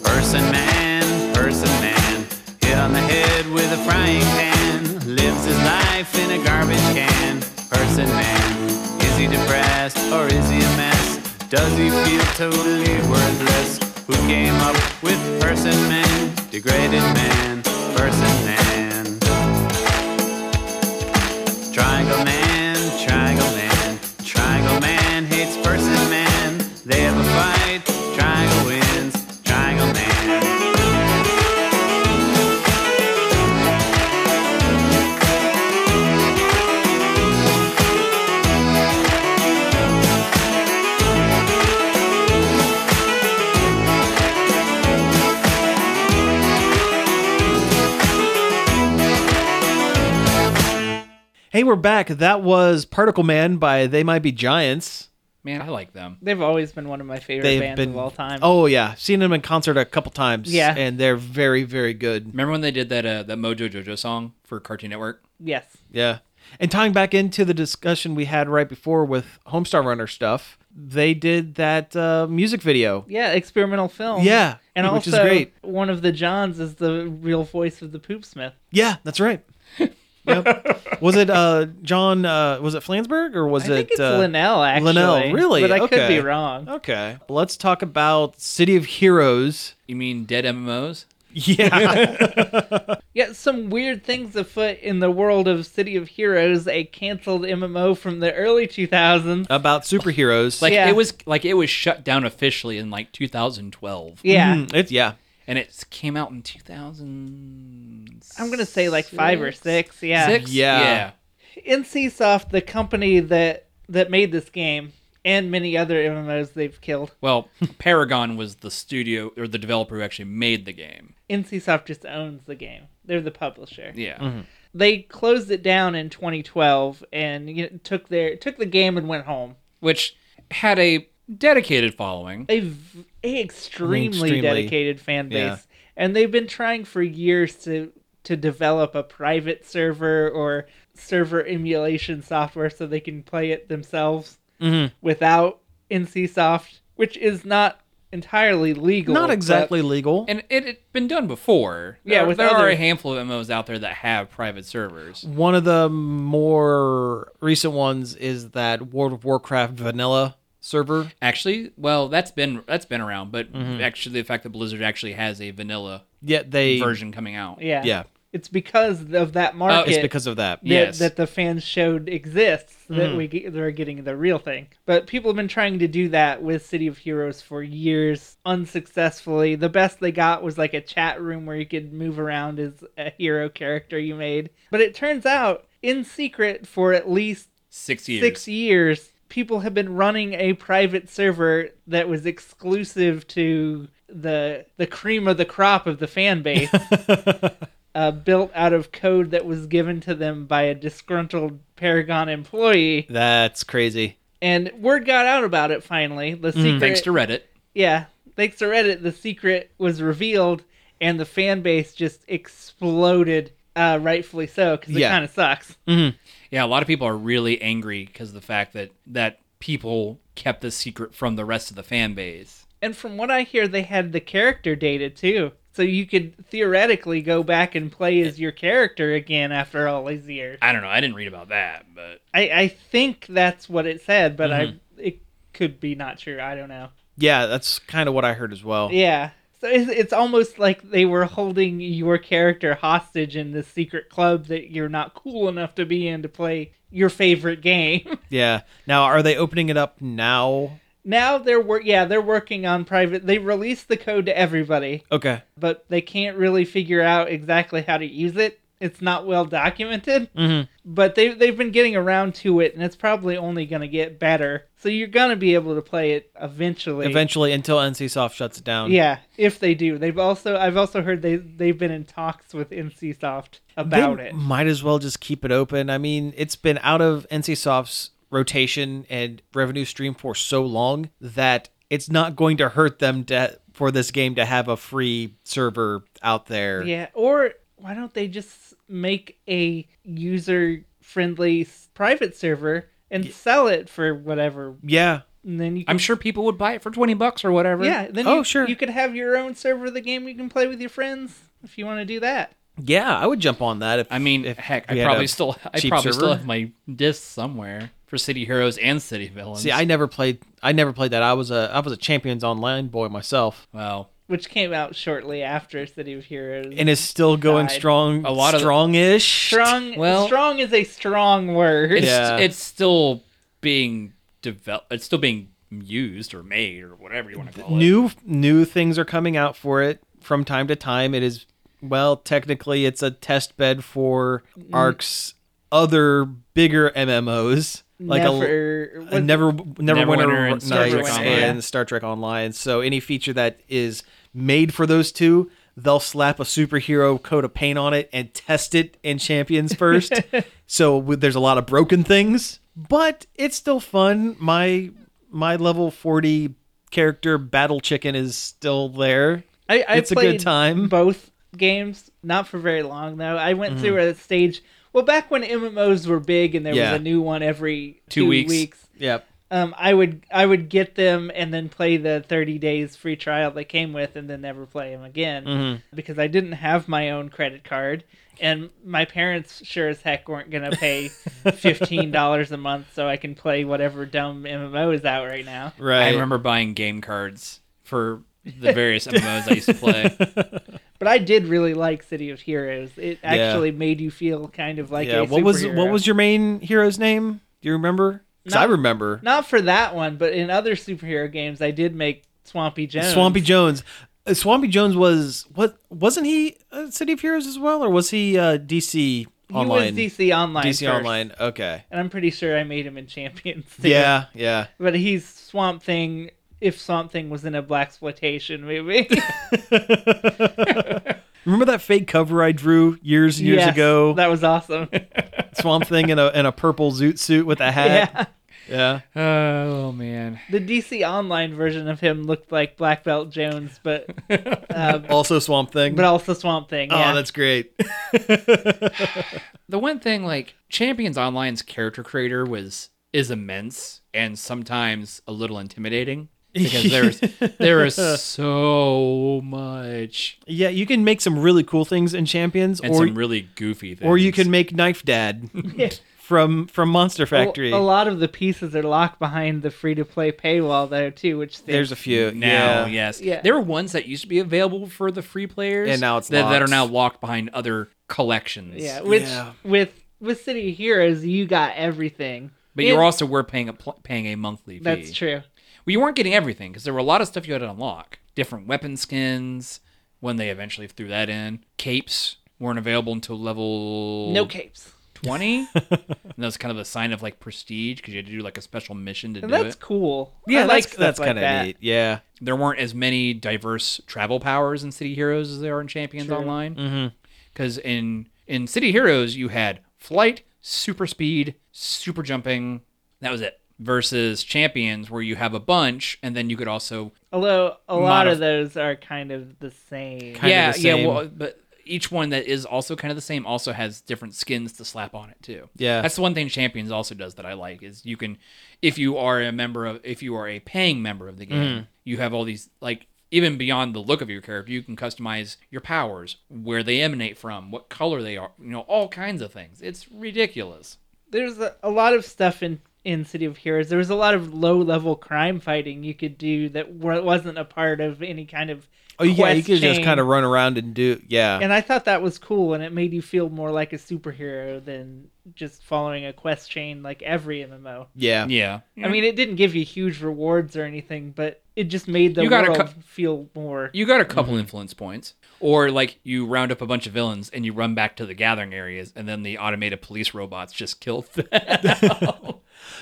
Speaker 9: Person man, person man, hit on the head with a frying pan, lives his life in a garbage can. Person man, is he depressed or is he a mess? Does he feel totally worthless? Who came up with person man, degraded man, person man? Triangle Man, Triangle Man, Triangle Man hates Person Man. They have a fight, Triangle wins, Triangle Man.
Speaker 1: Hey, we're back. That was Particle Man by They Might Be Giants.
Speaker 3: Man, I like them.
Speaker 2: They've always been one of my favorite
Speaker 1: They've
Speaker 2: bands
Speaker 1: been
Speaker 2: of all time.
Speaker 1: Oh yeah, seen them in concert a couple times.
Speaker 2: Yeah.
Speaker 1: and they're very very good.
Speaker 3: Remember when they did that uh, that Mojo Jojo song for Cartoon Network?
Speaker 2: yes.
Speaker 1: Yeah, and tying back into the discussion we had right before with Homestar Runner stuff, they did that uh, music video.
Speaker 2: Yeah, experimental film.
Speaker 1: Yeah,
Speaker 2: And
Speaker 1: which
Speaker 2: also,
Speaker 1: is great.
Speaker 2: one of the Johns is the real voice of the Poopsmith.
Speaker 1: Yeah, that's
Speaker 2: <laughs>
Speaker 1: right. yep. Was it uh, John? Uh, was it Flansburgh or was
Speaker 2: I
Speaker 1: it
Speaker 2: think it's
Speaker 1: uh,
Speaker 2: Linnell, actually.
Speaker 1: Linnell, really?
Speaker 2: But I could
Speaker 1: Okay.
Speaker 2: be wrong.
Speaker 1: Okay, let's talk about City of
Speaker 2: <laughs>
Speaker 1: Heroes.
Speaker 3: You mean dead MMOs?
Speaker 1: Yeah,
Speaker 2: Yeah, some weird things afoot in the world of City of Heroes, a canceled MMO from the early 2000s.
Speaker 1: about superheroes.
Speaker 3: Like
Speaker 2: Yeah.
Speaker 3: it was like it was shut down officially in like 2012,
Speaker 2: Yeah.
Speaker 1: Mm, it's yeah.
Speaker 3: and it came out in 2000.
Speaker 2: I'm going to say like five or six. Yeah.
Speaker 3: Six?
Speaker 1: Yeah.
Speaker 2: NCSoft, the company that, that made this game, and many other MMOs they've killed,
Speaker 3: Well, <laughs> Paragon was the studio or the developer who actually made the game.
Speaker 2: NCSoft just owns the game. They're the publisher.
Speaker 3: Yeah.
Speaker 1: Mm-hmm.
Speaker 2: They closed it down in 2012 and you know, took their took the game and went home.
Speaker 3: Which had a dedicated following.
Speaker 2: a, v- a extremely,
Speaker 1: Extremely.
Speaker 2: dedicated fan base,
Speaker 1: Yeah.
Speaker 2: and they've been trying for years to to develop a private server or server emulation software so they can play it themselves
Speaker 1: Mm-hmm.
Speaker 2: without NCSoft, which is not entirely legal.
Speaker 1: Not
Speaker 2: but-
Speaker 1: exactly legal.
Speaker 3: And it had been done before.
Speaker 2: Yeah,
Speaker 3: there,
Speaker 2: with
Speaker 3: there are
Speaker 2: other-
Speaker 3: a handful of MMOs out there that have private servers.
Speaker 1: One of the more recent ones is that World of Warcraft vanilla server.
Speaker 3: Actually, well, that's been that's been around, but
Speaker 1: Mm-hmm.
Speaker 3: actually, the fact that Blizzard actually has a vanilla
Speaker 1: Yet they
Speaker 3: version coming out.
Speaker 2: Yeah.
Speaker 1: Yeah. Oh,
Speaker 2: It's because of that market.
Speaker 1: it's because of that.
Speaker 2: that,
Speaker 3: Yes.
Speaker 2: that the fans showed exists that we get, they're getting the real thing. But people have been trying to do that with City of Heroes for years, unsuccessfully. The best they got was like a chat room where you could move around as a hero character you made. But it turns out, in secret, for at least
Speaker 3: Six years.
Speaker 2: six years, people have been running a private server that was exclusive to the the cream of the crop of the fan base, uh, built out of code that was given to them by a disgruntled Paragon employee.
Speaker 1: That's crazy.
Speaker 2: And word got out about it finally. The secret,
Speaker 3: Thanks to Reddit.
Speaker 2: yeah, thanks to Reddit, the secret was revealed, and the fan base just exploded. Uh, rightfully so, because it
Speaker 1: Yeah.
Speaker 2: kind of sucks.
Speaker 3: Yeah, a lot of people are really angry because of the fact that that people kept this secret from the rest of the fan base.
Speaker 2: And from what I hear, they had the character data too. So you could theoretically go back and play as your character again after all these years.
Speaker 3: I don't know. I didn't read about that, but
Speaker 2: I, I think that's what it said, but I it could be not true. I don't know.
Speaker 1: Yeah, that's kind of what I heard as well.
Speaker 2: Yeah. So it's, it's almost like they were holding your character hostage in this secret club that you're not cool enough to be in to play your favorite game. <laughs>
Speaker 1: Yeah. Now, are they opening it up now?
Speaker 2: now they're work yeah, they're working on private. They released the code to everybody.
Speaker 1: Okay.
Speaker 2: but they can't really figure out exactly how to use it. It's not well documented, but they they've been getting around to it, and it's probably only going to get better. So you're going to be able to play it eventually.
Speaker 1: Eventually, until NCSoft shuts it down.
Speaker 2: yeah, if they do. They've also I've also heard they they've been in talks with NCSoft
Speaker 1: They
Speaker 2: about it.
Speaker 1: Might as well just keep it open. I mean, it's been out of NCSoft's rotation and revenue stream for so long that it's not going to hurt them to, for this game to have a free server out there.
Speaker 2: Yeah, or why don't they just make a user friendly private server and sell it for whatever,
Speaker 1: Yeah.
Speaker 2: and then you can
Speaker 3: I'm sure people would buy it for 20 bucks or whatever.
Speaker 2: Yeah, then
Speaker 1: Oh,
Speaker 2: you,
Speaker 1: sure.
Speaker 2: you could have your own server of the game you can play with your friends if you want to do that.
Speaker 1: Yeah, I would jump on that. If
Speaker 3: I mean,
Speaker 1: if
Speaker 3: heck,
Speaker 1: we
Speaker 3: I
Speaker 1: had
Speaker 3: probably
Speaker 1: a
Speaker 3: still I
Speaker 1: cheap
Speaker 3: probably still
Speaker 1: server.
Speaker 3: have my disc somewhere for City Heroes and City Villains.
Speaker 1: See, I never played. I never played that. I was a I was a Champions Online boy myself,
Speaker 3: well,
Speaker 2: Which came out shortly after City of Heroes.
Speaker 1: and is still going
Speaker 2: Died.
Speaker 1: strong.
Speaker 3: A lot of the-
Speaker 1: strongish.
Speaker 2: strong
Speaker 3: Well-
Speaker 2: strong is a strong word.
Speaker 3: it's
Speaker 1: Yeah.
Speaker 3: it's still being developed. It's still being used or made or whatever you want to call it.
Speaker 1: new new things are coming out for it from time to time. It is well, technically, it's a test bed for Ark's other bigger MMOs like a.
Speaker 2: never,
Speaker 1: a
Speaker 2: was-
Speaker 1: never, never
Speaker 3: Neverwinter
Speaker 1: winner
Speaker 3: and Star
Speaker 2: Trek Online.
Speaker 1: and Star Trek Online. So any feature that is made for those two, they'll slap a superhero coat of paint on it and test it in Champions first. so with, there's a lot of broken things, but it's still fun. My my level forty character battle chicken is still there.
Speaker 2: I, I
Speaker 1: it's a good
Speaker 2: played
Speaker 1: time.
Speaker 2: Both games, not for very long though. I went through a stage. Well, back when MMOs were big and there
Speaker 1: Mm. Yeah.
Speaker 2: was a new one every
Speaker 3: Two weeks.
Speaker 2: weeks
Speaker 1: Yep.
Speaker 2: um, I would I would get them and then play the 30 days free trial they came with and then never play them again
Speaker 1: Mm-hmm.
Speaker 2: because I didn't have my own credit card and my parents sure as heck weren't
Speaker 1: <laughs>
Speaker 2: gonna pay fifteen dollars a month so I can play whatever dumb MMO is out right now.
Speaker 1: Right.
Speaker 3: I remember buying game cards for
Speaker 1: <laughs>
Speaker 3: the various MMOs I used to play.
Speaker 2: But I did really like City of Heroes. It actually made you feel kind of like
Speaker 1: yeah.
Speaker 2: a
Speaker 1: What was
Speaker 2: superhero.
Speaker 1: what was your main hero's name? Do you remember? 'Cause I
Speaker 2: Not-
Speaker 1: remember.
Speaker 2: not for that one, but in other superhero games I did make Swampy Jones.
Speaker 1: Swampy Jones. Uh, Swampy Jones was what? Wasn't he uh, City of Heroes as well, or was he uh, DC Online?
Speaker 2: He was DC Online.
Speaker 1: DC
Speaker 2: first.
Speaker 1: Online. Okay.
Speaker 2: and I'm pretty sure I made him in Champions. too.
Speaker 1: Yeah, yeah.
Speaker 2: but he's Swamp Thing. If Swamp Thing was in a black exploitation movie,
Speaker 1: Remember that fake cover I drew <laughs> years and years
Speaker 2: <laughs> Yes,
Speaker 1: ago? <laughs>
Speaker 2: that was awesome.
Speaker 1: Swamp Thing in a in a purple zoot suit with a hat.
Speaker 2: yeah,
Speaker 1: Yeah.
Speaker 3: Oh man.
Speaker 2: The DC Online version of him looked like Black Belt Jones, but
Speaker 1: Also Swamp Thing.
Speaker 2: but also Swamp Thing.
Speaker 1: oh,
Speaker 2: yeah.
Speaker 1: that's great.
Speaker 3: The one thing like Champions Online's character creator was is immense and sometimes a little intimidating because there's there is
Speaker 1: <laughs>
Speaker 3: so much
Speaker 1: yeah, you can make some really cool things in Champions,
Speaker 3: and
Speaker 1: or
Speaker 3: some really goofy things.
Speaker 1: or you can make Knife
Speaker 2: <laughs>
Speaker 1: Dad from from Monster
Speaker 2: Well,
Speaker 1: Factory.
Speaker 2: A lot of the pieces are locked behind the free to play paywall though too, which stinks.
Speaker 1: There's a few
Speaker 3: now,
Speaker 1: Yeah.
Speaker 3: yes.
Speaker 2: Yeah.
Speaker 3: There were ones that used to be available for the free players
Speaker 1: And now it's
Speaker 3: that, that are
Speaker 1: locked.
Speaker 3: now locked behind other collections.
Speaker 2: yeah, which
Speaker 1: Yeah.
Speaker 2: with with City of Heroes you got everything.
Speaker 3: But
Speaker 2: It-
Speaker 3: you also were paying a pl- paying a monthly fee.
Speaker 2: That's true.
Speaker 3: Well, you weren't getting everything because there were a lot of stuff you had to unlock. Different weapon skins when they eventually threw that in. Capes weren't available until level
Speaker 2: No capes. <laughs>
Speaker 3: 20. and that was kind of a sign of like prestige because you had to do like a special mission to
Speaker 2: And
Speaker 3: do
Speaker 2: that's
Speaker 3: it.
Speaker 2: cool. I
Speaker 1: Yeah, that's
Speaker 2: like stuff
Speaker 1: that's
Speaker 2: like
Speaker 1: kind of
Speaker 2: that.
Speaker 1: neat. Yeah.
Speaker 3: There weren't as many diverse travel powers in City Heroes as there are in Champions Online. Because in in City Heroes you had flight, super speed, super jumping. That was it. Versus Champions where you have a bunch and then you could also
Speaker 2: Although a lot
Speaker 3: Modif-
Speaker 2: of those are kind of the same.
Speaker 1: Kind of
Speaker 3: yeah,
Speaker 1: the
Speaker 3: yeah.
Speaker 1: same.
Speaker 3: Well, but each one that is also kind of the same also has different skins to slap on it too.
Speaker 1: Yeah.
Speaker 3: that's the one thing Champions also does that I like is you can, if you are a member of, if you are a paying member of the
Speaker 1: Mm-hmm.
Speaker 3: game, you have all these like even beyond the look of your character, you can customize your powers, where they emanate from, what color they are, you know, all kinds of things. It's ridiculous.
Speaker 2: there's a, a lot of stuff in in City of Heroes. There was a lot of low level crime fighting you could do that wa- wasn't a part of any kind of
Speaker 1: Oh yeah, you
Speaker 2: quest
Speaker 1: could just
Speaker 2: chain.
Speaker 1: kind of run around and do yeah.
Speaker 2: And I thought that was cool, and it made you feel more like a superhero than just following a quest chain like every MMO.
Speaker 1: yeah.
Speaker 3: Yeah,
Speaker 2: I mean, it didn't give you huge rewards or anything, but it just made the
Speaker 3: You got a
Speaker 2: world
Speaker 3: cou-
Speaker 2: feel more.
Speaker 3: You got a
Speaker 1: Mm-hmm.
Speaker 3: couple influence points. Or like you round up a bunch of villains and you run back to the gathering areas and then the automated police robots just kill <laughs> them.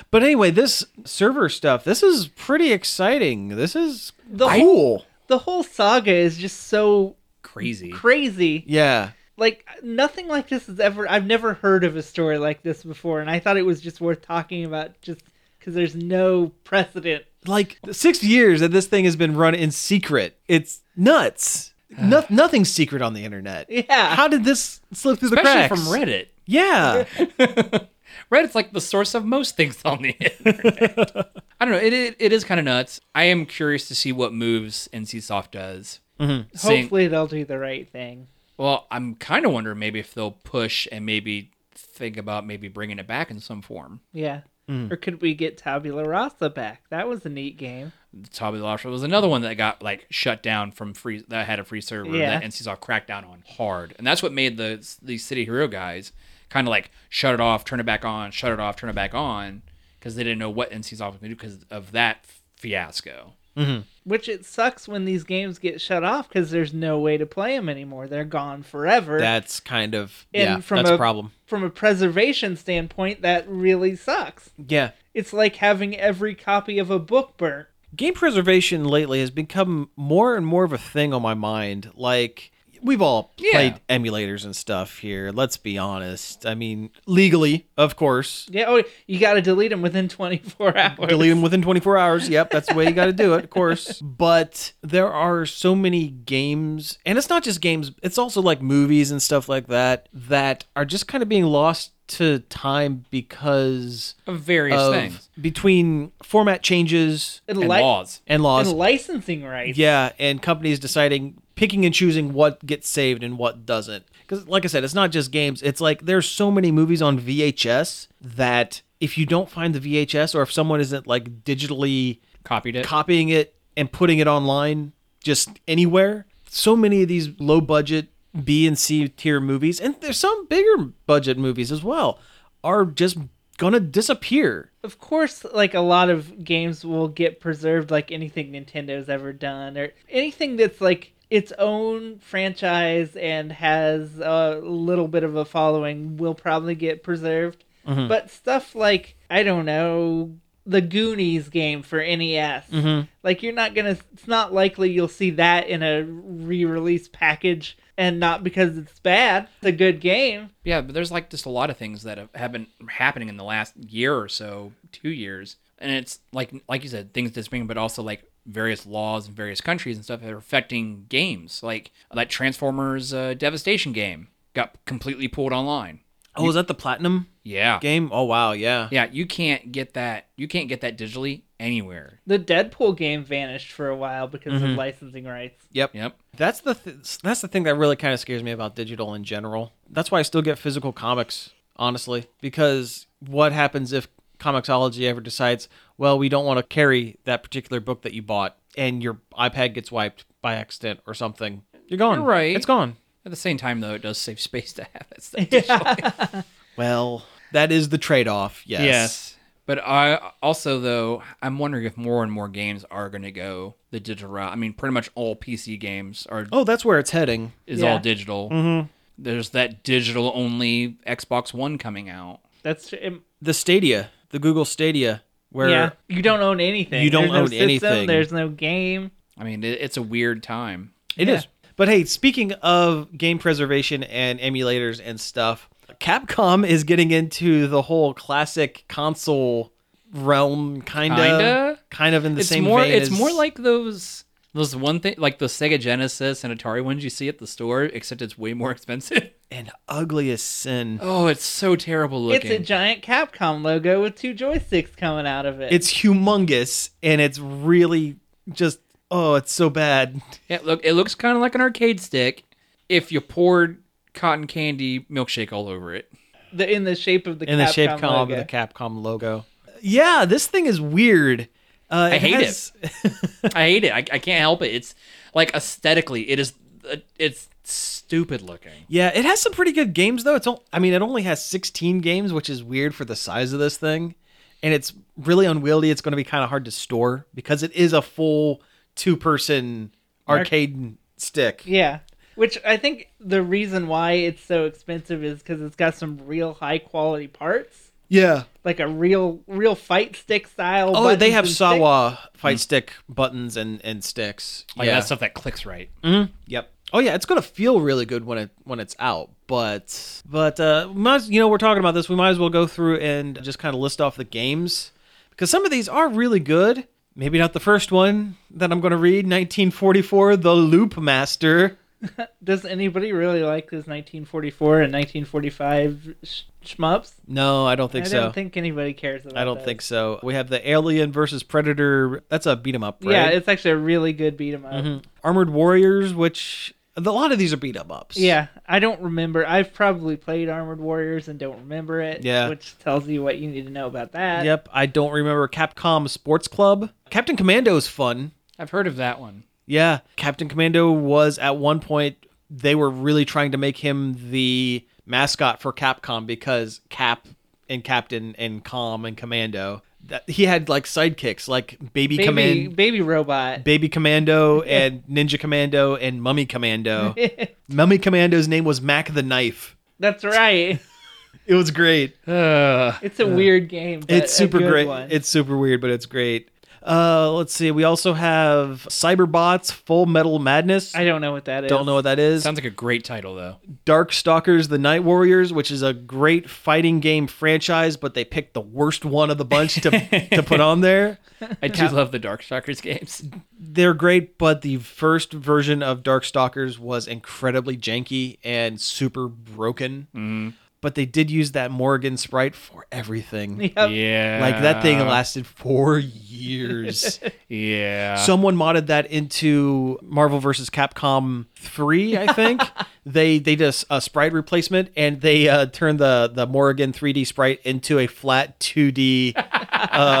Speaker 1: But anyway, this server stuff, this is pretty exciting. This is
Speaker 2: The
Speaker 1: cool.
Speaker 2: the whole saga is just so
Speaker 3: Crazy.
Speaker 2: crazy.
Speaker 1: Yeah.
Speaker 2: like nothing like this has ever i've never heard of a story like this before and i thought it was just worth talking about just because there's no precedent
Speaker 1: Like six years that this thing has been run in secret. It's <sighs> nuts. no, nothing's secret on the internet.
Speaker 2: Yeah.
Speaker 1: How did this slip through the
Speaker 3: Especially
Speaker 1: cracks?
Speaker 3: from Reddit.
Speaker 1: Yeah.
Speaker 3: Reddit's like the source of most things on the <laughs> internet. I don't know. It, it, it is kind of nuts. I am curious to see what moves NCSoft does. Mm-hmm.
Speaker 2: hopefully they'll do the right thing
Speaker 3: well, I'm kind of wondering maybe if they'll push and maybe think about maybe bringing it back in some form.
Speaker 2: yeah
Speaker 1: Mm.
Speaker 2: or could we get tabula rasa back that was a neat game
Speaker 3: Top of the Lobster was another one that got like shut down from free that had a free server
Speaker 2: Yeah.
Speaker 3: that NCSoft cracked down on hard, and that's what made the the City Hero guys kind of like shut it off, turn it back on, shut it off, turn it back on, because they didn't know what NCSoft was going to do because of that fiasco.
Speaker 2: which it sucks when these games get shut off because there's no way to play them anymore they're gone forever
Speaker 1: That's kind of
Speaker 2: and
Speaker 1: yeah,
Speaker 2: from
Speaker 1: that's
Speaker 2: a
Speaker 1: a problem.
Speaker 2: from a preservation standpoint that really sucks
Speaker 1: Yeah.
Speaker 2: it's like having every copy of a book burnt
Speaker 1: game preservation lately has become more and more of a thing on my mind. Like we've all played emulators and stuff here. Let's be honest. I mean, legally, of course.
Speaker 2: Yeah, oh, you got to delete them within 24 <laughs> hours.
Speaker 1: Delete them within 24 hours. Yep, that's the way you got to do it, of
Speaker 3: <laughs>
Speaker 1: course. But there are so many games, and it's not just games, it's also like movies and stuff like that, that are just kind of being lost to time because
Speaker 3: Of various
Speaker 1: of
Speaker 3: things
Speaker 1: between format changes
Speaker 2: And
Speaker 3: and
Speaker 2: li-
Speaker 3: laws.
Speaker 1: and laws.
Speaker 2: and licensing rights.
Speaker 1: Yeah, and companies deciding picking and choosing what gets saved and what doesn't. Cuz like I said, it's not just games. It's like there's so many movies on VHS that if you don't find the VHS or if someone isn't like digitally
Speaker 3: Copied it.
Speaker 1: copying it and putting it online just anywhere, so many of these low budget B and C tier movies and there's some bigger budget movies as well are just going to disappear.
Speaker 2: Of course, like a lot of games will get preserved, like anything Nintendo's ever done, or anything that's like its own franchise and has a little bit of a
Speaker 3: Mm-hmm.
Speaker 2: following will probably get preserved. But stuff like, I don't know, the Goonies game for NES.
Speaker 3: Mm-hmm.
Speaker 2: Like you're not gonna. It's not likely you'll see that in a re-release package, and not because it's bad. It's a good game.
Speaker 3: Yeah, but there's like just a lot of things that have, have been happening in the last year or so, two years, and it's like like you said, things that's being, but also like various laws in various countries and stuff that are affecting games, like that Transformers uh, Devastation game got completely pulled online.
Speaker 1: Oh, is that the platinum
Speaker 3: Yeah,
Speaker 1: game? Oh wow, yeah.
Speaker 3: yeah, you can't get that. You can't get that digitally anywhere.
Speaker 2: The Deadpool game vanished for a while because
Speaker 1: Mm-hmm.
Speaker 2: of
Speaker 1: <laughs>
Speaker 2: licensing rights.
Speaker 1: Yep.
Speaker 3: Yep.
Speaker 1: That's the th- that's the thing that really kind of scares me about digital in general. That's why I still get physical comics, honestly, because what happens if Comixology ever decides, well, we don't want to carry that particular book that you bought, and your iPad gets wiped by accident or something? You're gone.
Speaker 3: You're right.
Speaker 1: It's gone.
Speaker 3: At the same time, though, it does save <laughs> space to have
Speaker 2: <laughs>
Speaker 3: that stuff. digitally.
Speaker 1: Well, that is the trade-off. Yes.
Speaker 3: Yes. But I also though I'm wondering if more and more games are going to go the digital route. I mean, pretty much all PC games are
Speaker 1: Oh, that's where it's heading.
Speaker 3: is
Speaker 2: yeah.
Speaker 3: all digital.
Speaker 1: Mm-hmm.
Speaker 3: There's that digital only Xbox One coming out.
Speaker 2: That's um,
Speaker 1: The Stadia, the Google Stadia, where
Speaker 2: yeah. You don't own anything.
Speaker 1: You don't
Speaker 2: There's no
Speaker 1: own
Speaker 2: system,
Speaker 1: anything.
Speaker 2: There's no game.
Speaker 3: I mean, it, it's a weird time.
Speaker 1: It is. But hey, speaking of game preservation and emulators and stuff, Capcom is getting into the whole classic console realm, kind of,
Speaker 3: Kinda?
Speaker 1: kind of in the
Speaker 3: it's
Speaker 1: same
Speaker 3: more
Speaker 1: vein.
Speaker 3: it's
Speaker 1: as-
Speaker 3: more like those those one thing like the Sega Genesis and Atari ones you see at the store, except it's way more <laughs> expensive.
Speaker 1: an ugliest sin.
Speaker 3: oh, it's so terrible looking.
Speaker 2: It's a giant Capcom logo with two joysticks coming out of it.
Speaker 1: It's humongous, and it's really just oh, it's so bad.
Speaker 3: Yeah, look, it looks kind of like an arcade stick if you poured cotton candy milkshake all over it. <laughs>
Speaker 2: the, in the shape of the
Speaker 1: in
Speaker 2: Capcom
Speaker 1: the shape com
Speaker 2: logo.
Speaker 1: the Capcom logo. Yeah, this thing is weird. Uh,
Speaker 3: I hate
Speaker 1: it.
Speaker 3: I hate it. I, I can't help it. It's like aesthetically, it is. uh, It's stupid looking.
Speaker 1: Yeah, it has some pretty good games though. It's all, I mean, it only has 16 games, which is weird for the size of this thing, and it's really unwieldy. It's going to be kind of hard to store because it is a full two-person arcade stick.
Speaker 2: Yeah. Which I think the reason why it's so expensive is because it's got some real high quality parts,
Speaker 1: Yeah.
Speaker 2: like a real, real fight stick style.
Speaker 1: Oh,
Speaker 2: buttons
Speaker 1: they have
Speaker 2: and
Speaker 1: Sawa fight stick buttons and and sticks.
Speaker 3: Like
Speaker 1: yeah.
Speaker 3: that stuff that clicks right.
Speaker 1: Yep. Oh yeah, it's gonna feel really good when it when it's out. But but uh, might, as- you know we're talking about this. We might as well go through and just kind of list off the games because some of these are really good. Maybe not the first one that I'm gonna read. 1944, The Loop Master.
Speaker 2: sticks. Does anybody really like those 1944 and 1945 sh- shmups?
Speaker 1: No, I don't
Speaker 2: I
Speaker 1: think
Speaker 2: don't
Speaker 1: so.
Speaker 2: think anybody cares about.
Speaker 1: I don't
Speaker 2: those.
Speaker 1: think so. We have the Alien versus Predator. That's a beat 'em up, right? Mm-hmm.
Speaker 2: Yeah, it's actually a really good beat 'em up.
Speaker 1: Armored Warriors, which a lot of these are beat 'em ups.
Speaker 2: Yeah, I don't remember. I've probably played Armored Warriors and don't remember it.
Speaker 1: Yeah.
Speaker 2: which tells you what you need to know about that.
Speaker 1: Yep. I don't remember Capcom Sports Club. Captain Commando is fun.
Speaker 3: I've heard of that one.
Speaker 1: Yeah, Captain Commando was at one point they were really trying to make him the mascot for Capcom because Cap and Captain and Com and Commando that he had like sidekicks like Baby,
Speaker 2: baby,
Speaker 1: Command
Speaker 2: baby robot.
Speaker 1: Baby Commando and Ninja Commando and Mummy
Speaker 2: <laughs>
Speaker 1: Commando. Mummy Commando's name was Mac the Knife. <laughs>
Speaker 2: That's right.
Speaker 1: It was
Speaker 2: <laughs>
Speaker 1: great.
Speaker 2: It's a weird game. But
Speaker 1: it's super
Speaker 2: a good
Speaker 1: great.
Speaker 2: One.
Speaker 1: It's super weird, but it's great. Uh, let's see. We also have Cyberbots Full Metal Madness.
Speaker 2: I don't know what that is.
Speaker 1: don't know what that is.
Speaker 3: Sounds like a great title though.
Speaker 1: Darkstalkers the Night Warriors, which is a great fighting game franchise, but they picked the worst one of the bunch to, to put on there.
Speaker 3: I do love the Darkstalkers games.
Speaker 1: They're great, but the first version of Darkstalkers was incredibly janky and super broken. But they did use that Morgan sprite for everything.
Speaker 2: <laughs> <laughs> Yep.
Speaker 3: <laughs> Yeah,
Speaker 1: Like that thing lasted four years.
Speaker 3: Yeah,
Speaker 1: Someone modded that into Marvel vs. Capcom 3, I
Speaker 2: <laughs>
Speaker 1: think. they they did a s- a, sprite replacement and they uh, turned the the Morrigan 3D sprite into a flat 2D uh,
Speaker 2: <laughs>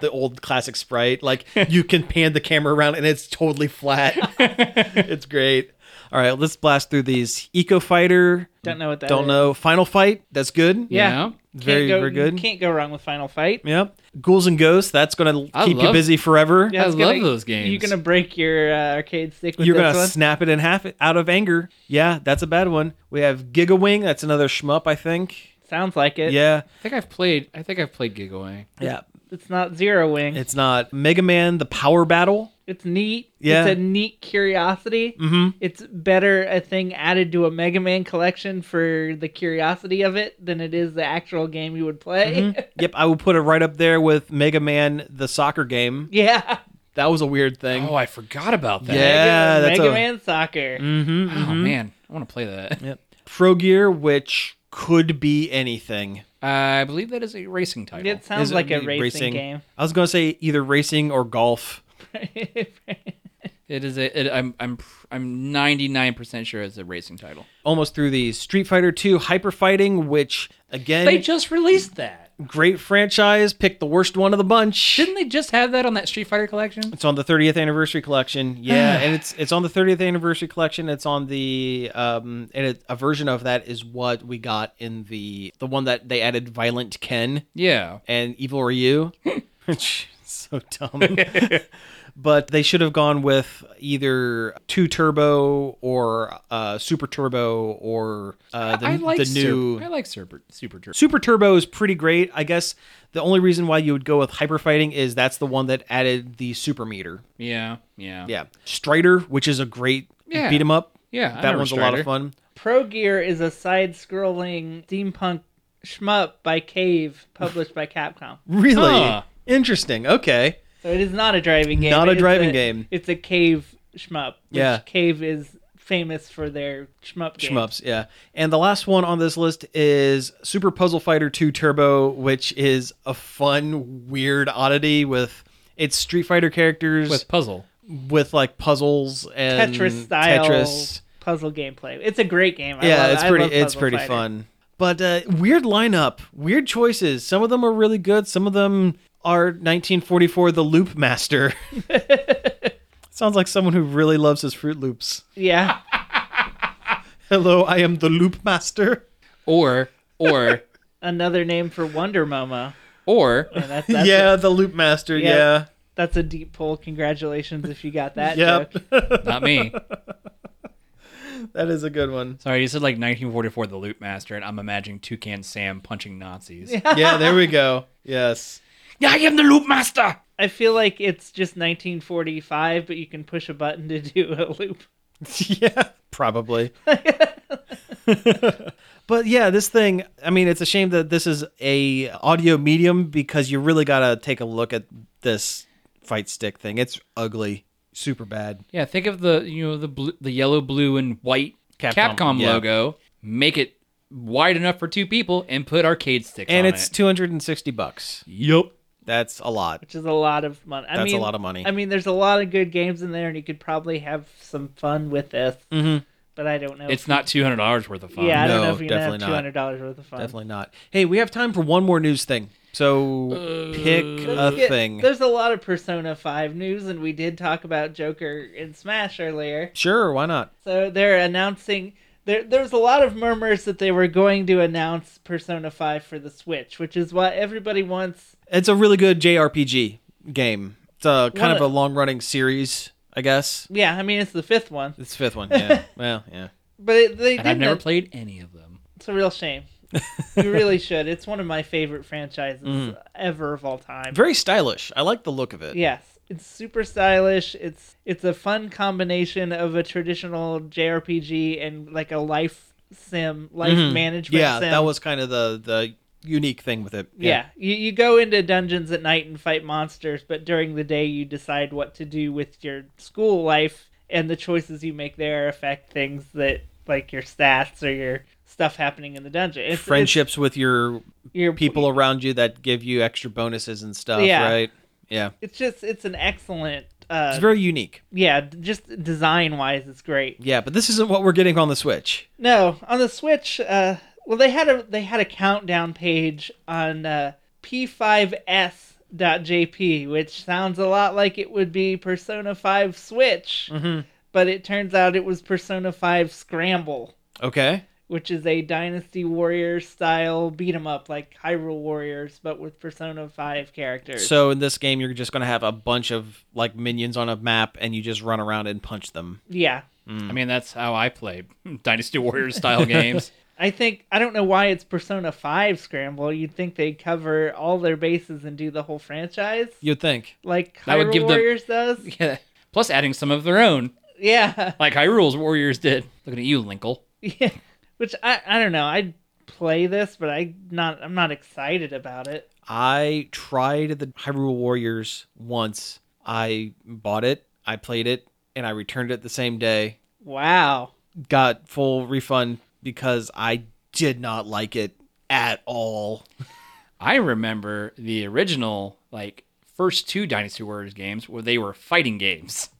Speaker 1: the old classic sprite. Like you can pan the camera around and it's totally
Speaker 2: <laughs>
Speaker 1: flat. it's great. All right, let's blast through these. Eco Fighter,
Speaker 2: Don't know what that
Speaker 1: don't
Speaker 2: is.
Speaker 1: know. Final Fight, that's good.
Speaker 2: Yeah.
Speaker 3: Yeah.
Speaker 2: Can't
Speaker 1: Very,
Speaker 2: go,
Speaker 1: very good.
Speaker 2: Can't go wrong with Final Fight.
Speaker 1: Yep. Ghouls and Ghosts, that's going to
Speaker 3: I
Speaker 1: keep you
Speaker 3: love-
Speaker 1: busy forever.
Speaker 2: Yeah,
Speaker 3: I
Speaker 2: it's
Speaker 3: love
Speaker 2: gonna-
Speaker 3: those games.
Speaker 2: You're gonna break your uh, arcade stick with
Speaker 1: You're
Speaker 2: this
Speaker 1: gonna
Speaker 2: one.
Speaker 1: snap it in half out of anger. Yeah, that's a bad one. We have Gigawing. That's another shmup, I think.
Speaker 2: Sounds like it.
Speaker 1: Yeah,
Speaker 3: I think I've played. I think I've played Giggaway.
Speaker 1: yeah.
Speaker 2: It's not Zero Wing. It's,
Speaker 1: It's not Mega Man: The Power Battle.
Speaker 2: neat.
Speaker 1: Yeah.
Speaker 2: It's a neat curiosity. Mm-hmm. It's better a thing added to a Mega Man collection for the curiosity of it than it is the actual game you would play.
Speaker 1: Yep, I will put it right up there with Mega Man: The Soccer Game.
Speaker 2: <laughs> yeah.
Speaker 1: That was a weird thing.
Speaker 3: Oh, I forgot about that.
Speaker 1: yeah, that's
Speaker 2: Mega
Speaker 1: a Mm.
Speaker 2: Man Soccer.
Speaker 3: Oh man, I want to play that.
Speaker 1: Yep. Frogear, which could be anything.
Speaker 3: Uh, I believe that is a racing title.
Speaker 2: It sounds
Speaker 1: Is it
Speaker 2: like a
Speaker 1: be
Speaker 2: racing, game.
Speaker 1: I was gonna say either racing or golf.
Speaker 3: It is a. It, I'm I'm pr- I'm 99 percent sure it's a racing title.
Speaker 1: Almost through these Street Fighter II Hyper Fighting, which again
Speaker 3: They just released that.
Speaker 1: great franchise. Picked the worst one of the bunch.
Speaker 3: Didn't they just have that on that Street Fighter collection?
Speaker 1: It's on the 30th anniversary collection.
Speaker 3: <sighs>
Speaker 1: Yeah, and it's it's on the 30th anniversary collection. It's on the um and it, a version of that is what we got in the the one that they added Violent Ken
Speaker 3: Yeah.
Speaker 1: and Evil
Speaker 3: <laughs>
Speaker 1: Ryu. Which is so dumb. <laughs> but they should have gone with either 2 Turbo or uh Super Turbo or uh the,
Speaker 3: I like
Speaker 1: the
Speaker 3: Sur-
Speaker 1: new
Speaker 3: I like Super Super Tur-
Speaker 1: Super Turbo is pretty great. I guess the only reason why you would go with Hyper Fighting is that's the one that added the super meter.
Speaker 3: Yeah. Yeah.
Speaker 1: Yeah. Strider, which is a great
Speaker 3: Yeah.
Speaker 1: beat 'em up.
Speaker 3: Yeah, I
Speaker 1: That
Speaker 3: remember
Speaker 1: one's a lot
Speaker 3: Strider.
Speaker 1: of fun.
Speaker 2: Pro Gear is a side scrolling steampunk shmup by Cave, published
Speaker 1: <laughs>
Speaker 2: by Capcom.
Speaker 1: Really?
Speaker 3: Huh.
Speaker 1: Interesting. Okay.
Speaker 2: So it is not a driving game.
Speaker 1: Not a
Speaker 2: It's
Speaker 1: driving game.
Speaker 2: It's a cave shmup. Which
Speaker 1: Yeah.
Speaker 2: Cave is famous for their shmup game.
Speaker 1: Shmups, yeah. And the last one on this list is Super Puzzle Fighter 2 Turbo, which is a fun, weird oddity with it's Street Fighter characters
Speaker 3: With
Speaker 1: with,
Speaker 3: puzzle.
Speaker 1: like puzzles and
Speaker 2: Tetris style
Speaker 1: Tetris.
Speaker 2: puzzle gameplay. It's a great game. I
Speaker 1: yeah,
Speaker 2: love-
Speaker 1: it's
Speaker 2: I
Speaker 1: pretty
Speaker 2: love
Speaker 1: it's
Speaker 2: Puzzle
Speaker 1: pretty
Speaker 2: Fighter.
Speaker 1: fun. But uh, weird lineup, weird choices. Some of them are really good. Some of them are 1944 The Loop Master. <laughs> Sounds like someone who really loves his Fruit Loops.
Speaker 2: Yeah.
Speaker 1: Hello, I am the Loop Master.
Speaker 3: Or or
Speaker 2: Another name for Wonder Momo.
Speaker 3: or
Speaker 1: <laughs>
Speaker 2: That's, that's
Speaker 1: yeah, the Loop Master.
Speaker 2: Yeah.
Speaker 1: Yeah.
Speaker 2: that's a deep pull. Congratulations if you got that
Speaker 1: Yep.
Speaker 2: joke.
Speaker 3: not <laughs> me.
Speaker 1: <laughs> That is a good one.
Speaker 3: Sorry, you said like 1944, the Loop Master, and I'm imagining Toucan Sam punching Nazis. <laughs>
Speaker 1: Yeah, there we
Speaker 2: <laughs>
Speaker 1: go. Yes.
Speaker 3: I am the Loop Master.
Speaker 2: I feel like it's just 1945, but you can push a button to <laughs> do a loop.
Speaker 3: <laughs>
Speaker 1: yeah, probably. <laughs> but yeah, this thing, I mean, it's a shame that this is a audio medium because you really got to take a look at this fight stick thing. It's ugly, super bad.
Speaker 3: Yeah, think of the you know the blue, the yellow, blue, and white
Speaker 1: Capcom,
Speaker 3: Capcom,
Speaker 1: yeah.
Speaker 3: logo. Make it wide enough for two people and put arcade sticks.
Speaker 1: And
Speaker 3: on
Speaker 1: it's
Speaker 3: it.
Speaker 1: 260 bucks.
Speaker 3: Yup.
Speaker 1: That's a lot.
Speaker 2: which is a lot of money. I
Speaker 1: That's a
Speaker 2: mean,
Speaker 1: lot of money.
Speaker 2: I mean, there's a lot of good games in there, and you could probably have some fun with this. Mm-hmm. But I don't know.
Speaker 3: It's
Speaker 2: if-
Speaker 3: not two hundred dollars worth of fun.
Speaker 2: Yeah, I don't
Speaker 1: No,
Speaker 2: know if you're gonna have
Speaker 1: definitely
Speaker 2: two
Speaker 1: not.
Speaker 2: hundred dollars worth of fun.
Speaker 1: Definitely not. Hey, we have time for one more news thing. So
Speaker 3: Uh,
Speaker 1: pick a
Speaker 2: Yeah,
Speaker 1: thing.
Speaker 2: There's a lot of Persona Five news, and we did talk about Joker and Smash earlier.
Speaker 1: Sure, why not?
Speaker 2: So they're announcing. There, there was a lot of murmurs that they were going to announce Persona 5 for the Switch, which is what everybody wants.
Speaker 1: It's a really good JRPG game. It's a kind
Speaker 2: What
Speaker 1: of
Speaker 2: a-
Speaker 1: a long running series, I guess.
Speaker 2: Yeah, I mean, it's the fifth one.
Speaker 1: It's the fifth one.
Speaker 2: <laughs>
Speaker 1: Yeah. well, yeah.
Speaker 2: But it, they
Speaker 3: And I've
Speaker 2: didn't
Speaker 3: never
Speaker 1: Mm.
Speaker 3: played any of them.
Speaker 2: It's a real
Speaker 3: <laughs>
Speaker 2: shame. you really should. It's one of my favorite franchises
Speaker 1: Mm.
Speaker 2: ever of all time.
Speaker 1: Very stylish. I like the look of it.
Speaker 2: Yes, it's super stylish. It's it's a fun combination of a traditional JRPG and like a life sim, life management.
Speaker 1: Mm-hmm. Yeah,
Speaker 2: sim.
Speaker 1: that was kind of the the unique thing with it.
Speaker 2: Yeah, You, you go into dungeons at night and fight monsters, but during the day you decide what to do with your school life, and the choices you make there affect things that like your stats or your stuff happening in the dungeon. It's, it's
Speaker 1: Friendships with your
Speaker 2: your
Speaker 1: people around you that give you extra bonuses and stuff,
Speaker 2: Yeah.
Speaker 1: right? Yeah.
Speaker 2: It's just it's an excellent. Uh,
Speaker 1: It's very unique.
Speaker 2: yeah, d- just design wise, it's great.
Speaker 1: Yeah, but this isn't what we're getting on the Switch.
Speaker 2: No, on the Switch, uh, well, they had a they had a countdown page on uh, p5s.jp, which sounds a lot like it would be Persona 5 Switch, but it turns out it was Persona 5 Scramble,
Speaker 1: Okay.
Speaker 2: which is a Dynasty Warriors style beat 'em up like Hyrule Warriors, but with Persona 5 characters.
Speaker 1: So in this game you're just going to have a bunch of like minions on a map and you just run around and punch them.
Speaker 2: yeah,
Speaker 3: <laughs> I mean, that's how I play Dynasty Warriors style games.
Speaker 2: I think I don't know why it's Persona Five Scramble. You'd think they'd cover all their bases and do the whole franchise,
Speaker 1: You'd think.
Speaker 2: like
Speaker 3: That would
Speaker 2: Hyrule
Speaker 3: give them-
Speaker 2: Warriors
Speaker 3: <laughs>
Speaker 2: does.
Speaker 3: Yeah. Plus adding some of their own,
Speaker 2: Yeah, <laughs>
Speaker 3: like Hyrule's Warriors did. Looking at you, Linkle.
Speaker 2: yeah. Which I I don't know. I'd play this, but I not I'm not excited about it.
Speaker 1: I tried the Hyrule Warriors once. I bought it, I played it, and I returned it the same day.
Speaker 2: Wow.
Speaker 1: Got full refund because I did not like it at all.
Speaker 3: I remember the original, like, first two Dynasty Warriors games where they were fighting games.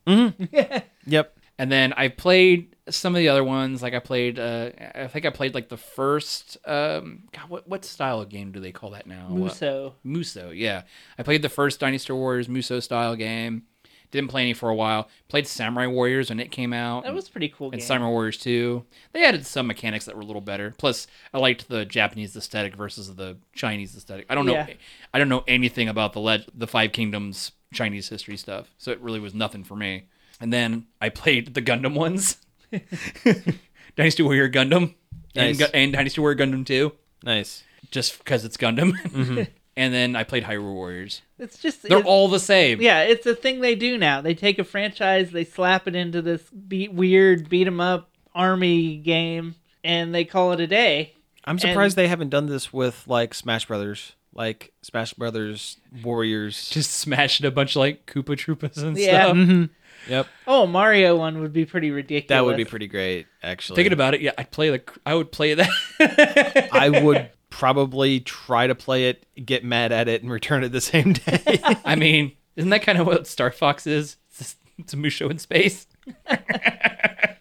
Speaker 1: Yep.
Speaker 3: And then I played some of the other ones. Like I played, uh, I think I played like the first. Um, God, what what style of game do they call that now? What-
Speaker 2: Muso.
Speaker 3: Muso. Yeah, I played the first Dynasty Warriors Muso style game. Didn't play any for a while. Played Samurai Warriors when it came out.
Speaker 2: That was a pretty cool.
Speaker 3: and
Speaker 2: Game.
Speaker 3: Samurai Warriors 2. They added some mechanics that were a little better. Plus, I liked the Japanese aesthetic versus the Chinese aesthetic. I don't know.
Speaker 2: Yeah.
Speaker 3: I don't know anything about the leg- the Five Kingdoms Chinese history stuff, so it really was nothing for me. And then I played the Gundam ones, <laughs> Dynasty Warrior Gundam,
Speaker 1: Nice.
Speaker 3: and, Gu- and Dynasty Warrior Gundam 2,
Speaker 1: Nice.
Speaker 3: just because it's Gundam. <laughs>
Speaker 2: Mm-hmm.
Speaker 3: and then I played Hyrule Warriors.
Speaker 2: It's just
Speaker 3: They're
Speaker 2: it's-
Speaker 3: all the same.
Speaker 2: Yeah, it's a thing they do now. They take a franchise, they slap it into this be- weird beat 'em up army game, and they call it a day.
Speaker 1: I'm surprised they haven't done this with like Smash Brothers, like Smash Brothers Warriors.
Speaker 3: Just smashing a bunch of like Koopa Troopas and
Speaker 2: Yeah. Mm-hmm.
Speaker 3: stuff.
Speaker 1: Yep.
Speaker 2: Oh, a Mario one would be pretty ridiculous.
Speaker 1: That would be pretty great, actually.
Speaker 3: Thinking about it, yeah, I'd play the. I would play that. <laughs>
Speaker 1: I would probably try to play it, get mad at it, and return it the same day.
Speaker 3: I mean, isn't that kind of what Star Fox is? It's, just, it's a Musho in space.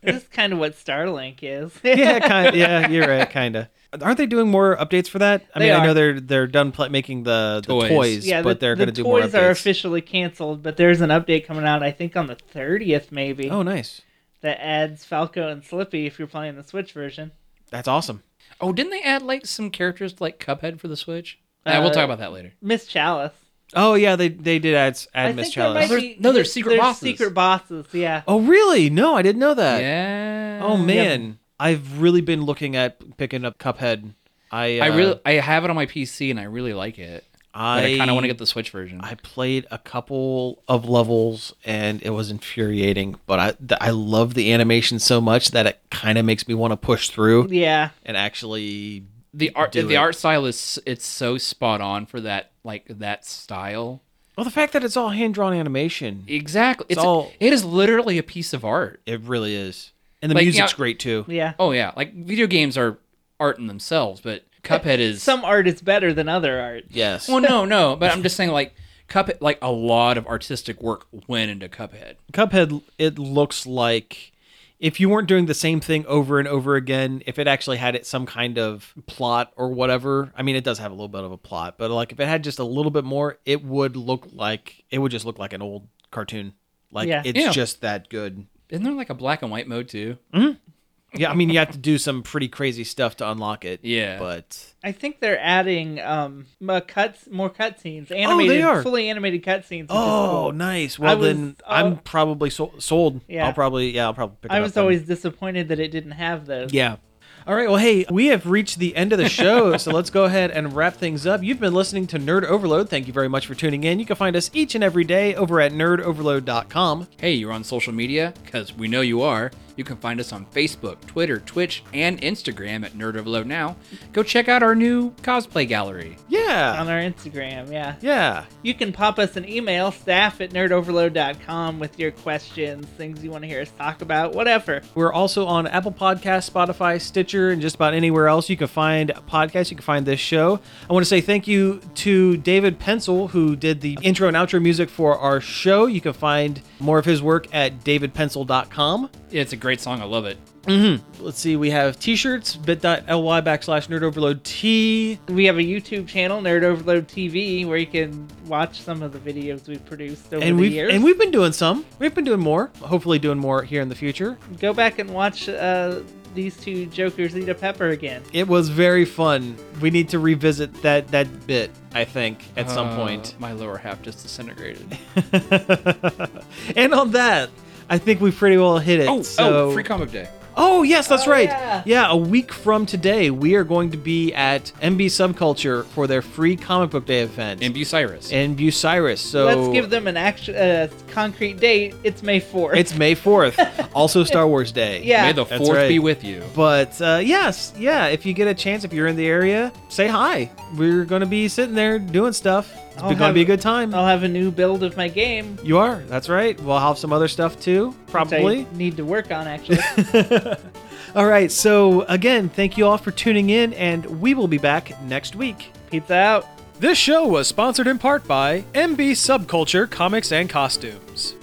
Speaker 2: This is kind of what Starlink is.
Speaker 1: <laughs>
Speaker 3: <laughs>
Speaker 1: yeah, kind. Yeah, you're right. Kind of. Aren't they doing more updates for that? I
Speaker 2: They
Speaker 1: mean, I
Speaker 2: are.
Speaker 1: know they're they're done pl- making the, the
Speaker 3: Toys.
Speaker 1: toys,
Speaker 2: Yeah,
Speaker 1: but
Speaker 2: the,
Speaker 1: they're
Speaker 2: the
Speaker 1: going to do more
Speaker 2: toys are
Speaker 1: updates.
Speaker 2: officially canceled, but there's an update coming out. I think on the thirtieth, maybe
Speaker 1: oh, nice.
Speaker 2: that adds Falco and Slippy if you're playing the Switch version.
Speaker 1: That's awesome.
Speaker 3: Oh, didn't they add like some characters to, like Cuphead for the Switch? Ah, we'll
Speaker 2: Uh,
Speaker 3: talk about that later.
Speaker 2: Miss Chalice.
Speaker 1: Oh yeah, they they did add add Miss
Speaker 2: there
Speaker 1: Chalice.
Speaker 2: might be-
Speaker 3: No, there's secret
Speaker 2: there's
Speaker 3: bosses.
Speaker 2: Secret bosses. Yeah.
Speaker 1: Oh really? No, I didn't know that.
Speaker 3: Yeah.
Speaker 1: Oh man, I've really been looking at picking up Cuphead. I uh,
Speaker 3: I really I have it on my PC and I really like it. But I,
Speaker 1: I,
Speaker 3: kind of want to get the Switch version.
Speaker 1: I played a couple of levels and it was infuriating, but I th- I love the animation so much that it kind of makes me want to push through
Speaker 2: Yeah.
Speaker 1: and actually
Speaker 3: the art
Speaker 1: do
Speaker 3: the
Speaker 1: it.
Speaker 3: art style is it's so spot on for that like that style.
Speaker 1: Well, the fact that it's all hand drawn animation,
Speaker 3: Exactly. It's,
Speaker 1: all-
Speaker 3: it is literally a piece of art.
Speaker 1: it really is, and the
Speaker 3: Like,
Speaker 1: music's
Speaker 3: yeah.
Speaker 1: great too.
Speaker 2: Yeah.
Speaker 3: Oh yeah, like video games are art in themselves, but Cuphead is
Speaker 2: some art is better than other art.
Speaker 1: Yes.
Speaker 3: Well, no, no, but I'm just saying, like Cuphead, like a lot of artistic work went into Cuphead.
Speaker 1: Cuphead, it looks like if you weren't doing the same thing over and over again, if it actually had it some kind of plot or whatever. I mean, it does have a little bit of a plot, but like if it had just a little bit more, it would look like it would just look like an old cartoon. Like
Speaker 2: Yeah.
Speaker 1: it's
Speaker 3: Yeah.
Speaker 1: just that good.
Speaker 3: Isn't there like a black and white mode too?
Speaker 1: Yeah, I mean, you have to do some pretty crazy stuff to unlock it.
Speaker 3: Yeah.
Speaker 1: but
Speaker 2: I think they're adding um m- cuts, more cutscenes, animated,
Speaker 1: Oh, are.
Speaker 2: fully animated cutscenes. Which
Speaker 1: oh,
Speaker 2: is cool.
Speaker 1: nice. Well,
Speaker 2: was,
Speaker 1: then
Speaker 2: uh,
Speaker 1: I'm probably sol- sold.
Speaker 2: Yeah.
Speaker 1: I'll probably yeah, I'll probably pick. It
Speaker 2: I
Speaker 1: up
Speaker 2: was
Speaker 1: then.
Speaker 2: always disappointed that it didn't have those.
Speaker 1: Yeah. All right. Well, hey, we have reached the end of the show, <laughs> so let's go ahead and wrap things up. You've been listening to Nerd Overload. Thank you very much for tuning in. You can find us each and every day over at nerdoverload.com.
Speaker 3: Hey, you're on social media because we know you are. You can find us on Facebook, Twitter, Twitch, and Instagram at Nerd Overload. Now, go check out our new cosplay gallery.
Speaker 1: Yeah.
Speaker 2: On our Instagram, yeah.
Speaker 1: Yeah.
Speaker 2: You can pop us an email, staff at nerdoverload.com, with your questions, things you want to hear us talk about, whatever.
Speaker 1: We're also on Apple Podcasts, Spotify, Stitcher, and just about anywhere else you can find podcasts. You can find this show. I want to say thank you to David Pencil, who did the intro and outro music for our show. You can find more of his work at davidpencil.com.
Speaker 3: It's a great song. I love it.
Speaker 1: Let's see, we have t shirts, bit.ly backslash nerd overload T.
Speaker 2: We have a YouTube channel, Nerd Overload TV, where you can watch some of the videos we've produced over
Speaker 1: And
Speaker 2: the
Speaker 1: we've
Speaker 2: years.
Speaker 1: and we've been doing some. We've been doing more. Hopefully doing more here in the future.
Speaker 2: Go back and watch uh, these two Jokers eat a pepper again.
Speaker 1: It was very fun. We need to revisit that that bit, I think, at some
Speaker 3: Uh,
Speaker 1: point. <laughs>
Speaker 3: my lower half just disintegrated.
Speaker 1: and on that, I think we pretty well hit it.
Speaker 3: oh,
Speaker 1: so
Speaker 3: oh, free comic day.
Speaker 1: Oh yes, that's
Speaker 2: Oh,
Speaker 1: right.
Speaker 2: yeah.
Speaker 1: Yeah. a week from today, we are going to be at MB Subculture for their free comic book day event
Speaker 3: and Bucyrus.
Speaker 1: in Bucyrus. So
Speaker 2: Let's give them an actual uh, concrete date. It's May 4th.
Speaker 1: It's May
Speaker 2: <laughs>
Speaker 1: fourth, also Star Wars Day.
Speaker 2: Yeah.
Speaker 3: May the
Speaker 1: That's
Speaker 3: fourth be
Speaker 1: right.
Speaker 3: with you.
Speaker 1: But uh, yes, yeah. If you get a chance, if you're in the area, say hi. We're gonna be sitting there doing stuff. It's
Speaker 2: I'll
Speaker 1: gonna
Speaker 2: have-
Speaker 1: be a good time.
Speaker 2: I'll have a new build of my game.
Speaker 1: you are. That's right. We'll have some other stuff too,
Speaker 2: which I
Speaker 1: probably.
Speaker 2: need to work
Speaker 1: <laughs>
Speaker 2: on actually.
Speaker 1: All right. So again, thank you all for tuning in, and we will be back next week.
Speaker 2: Pizza out.
Speaker 1: This show was sponsored in part by MB Subculture Comics and Costumes.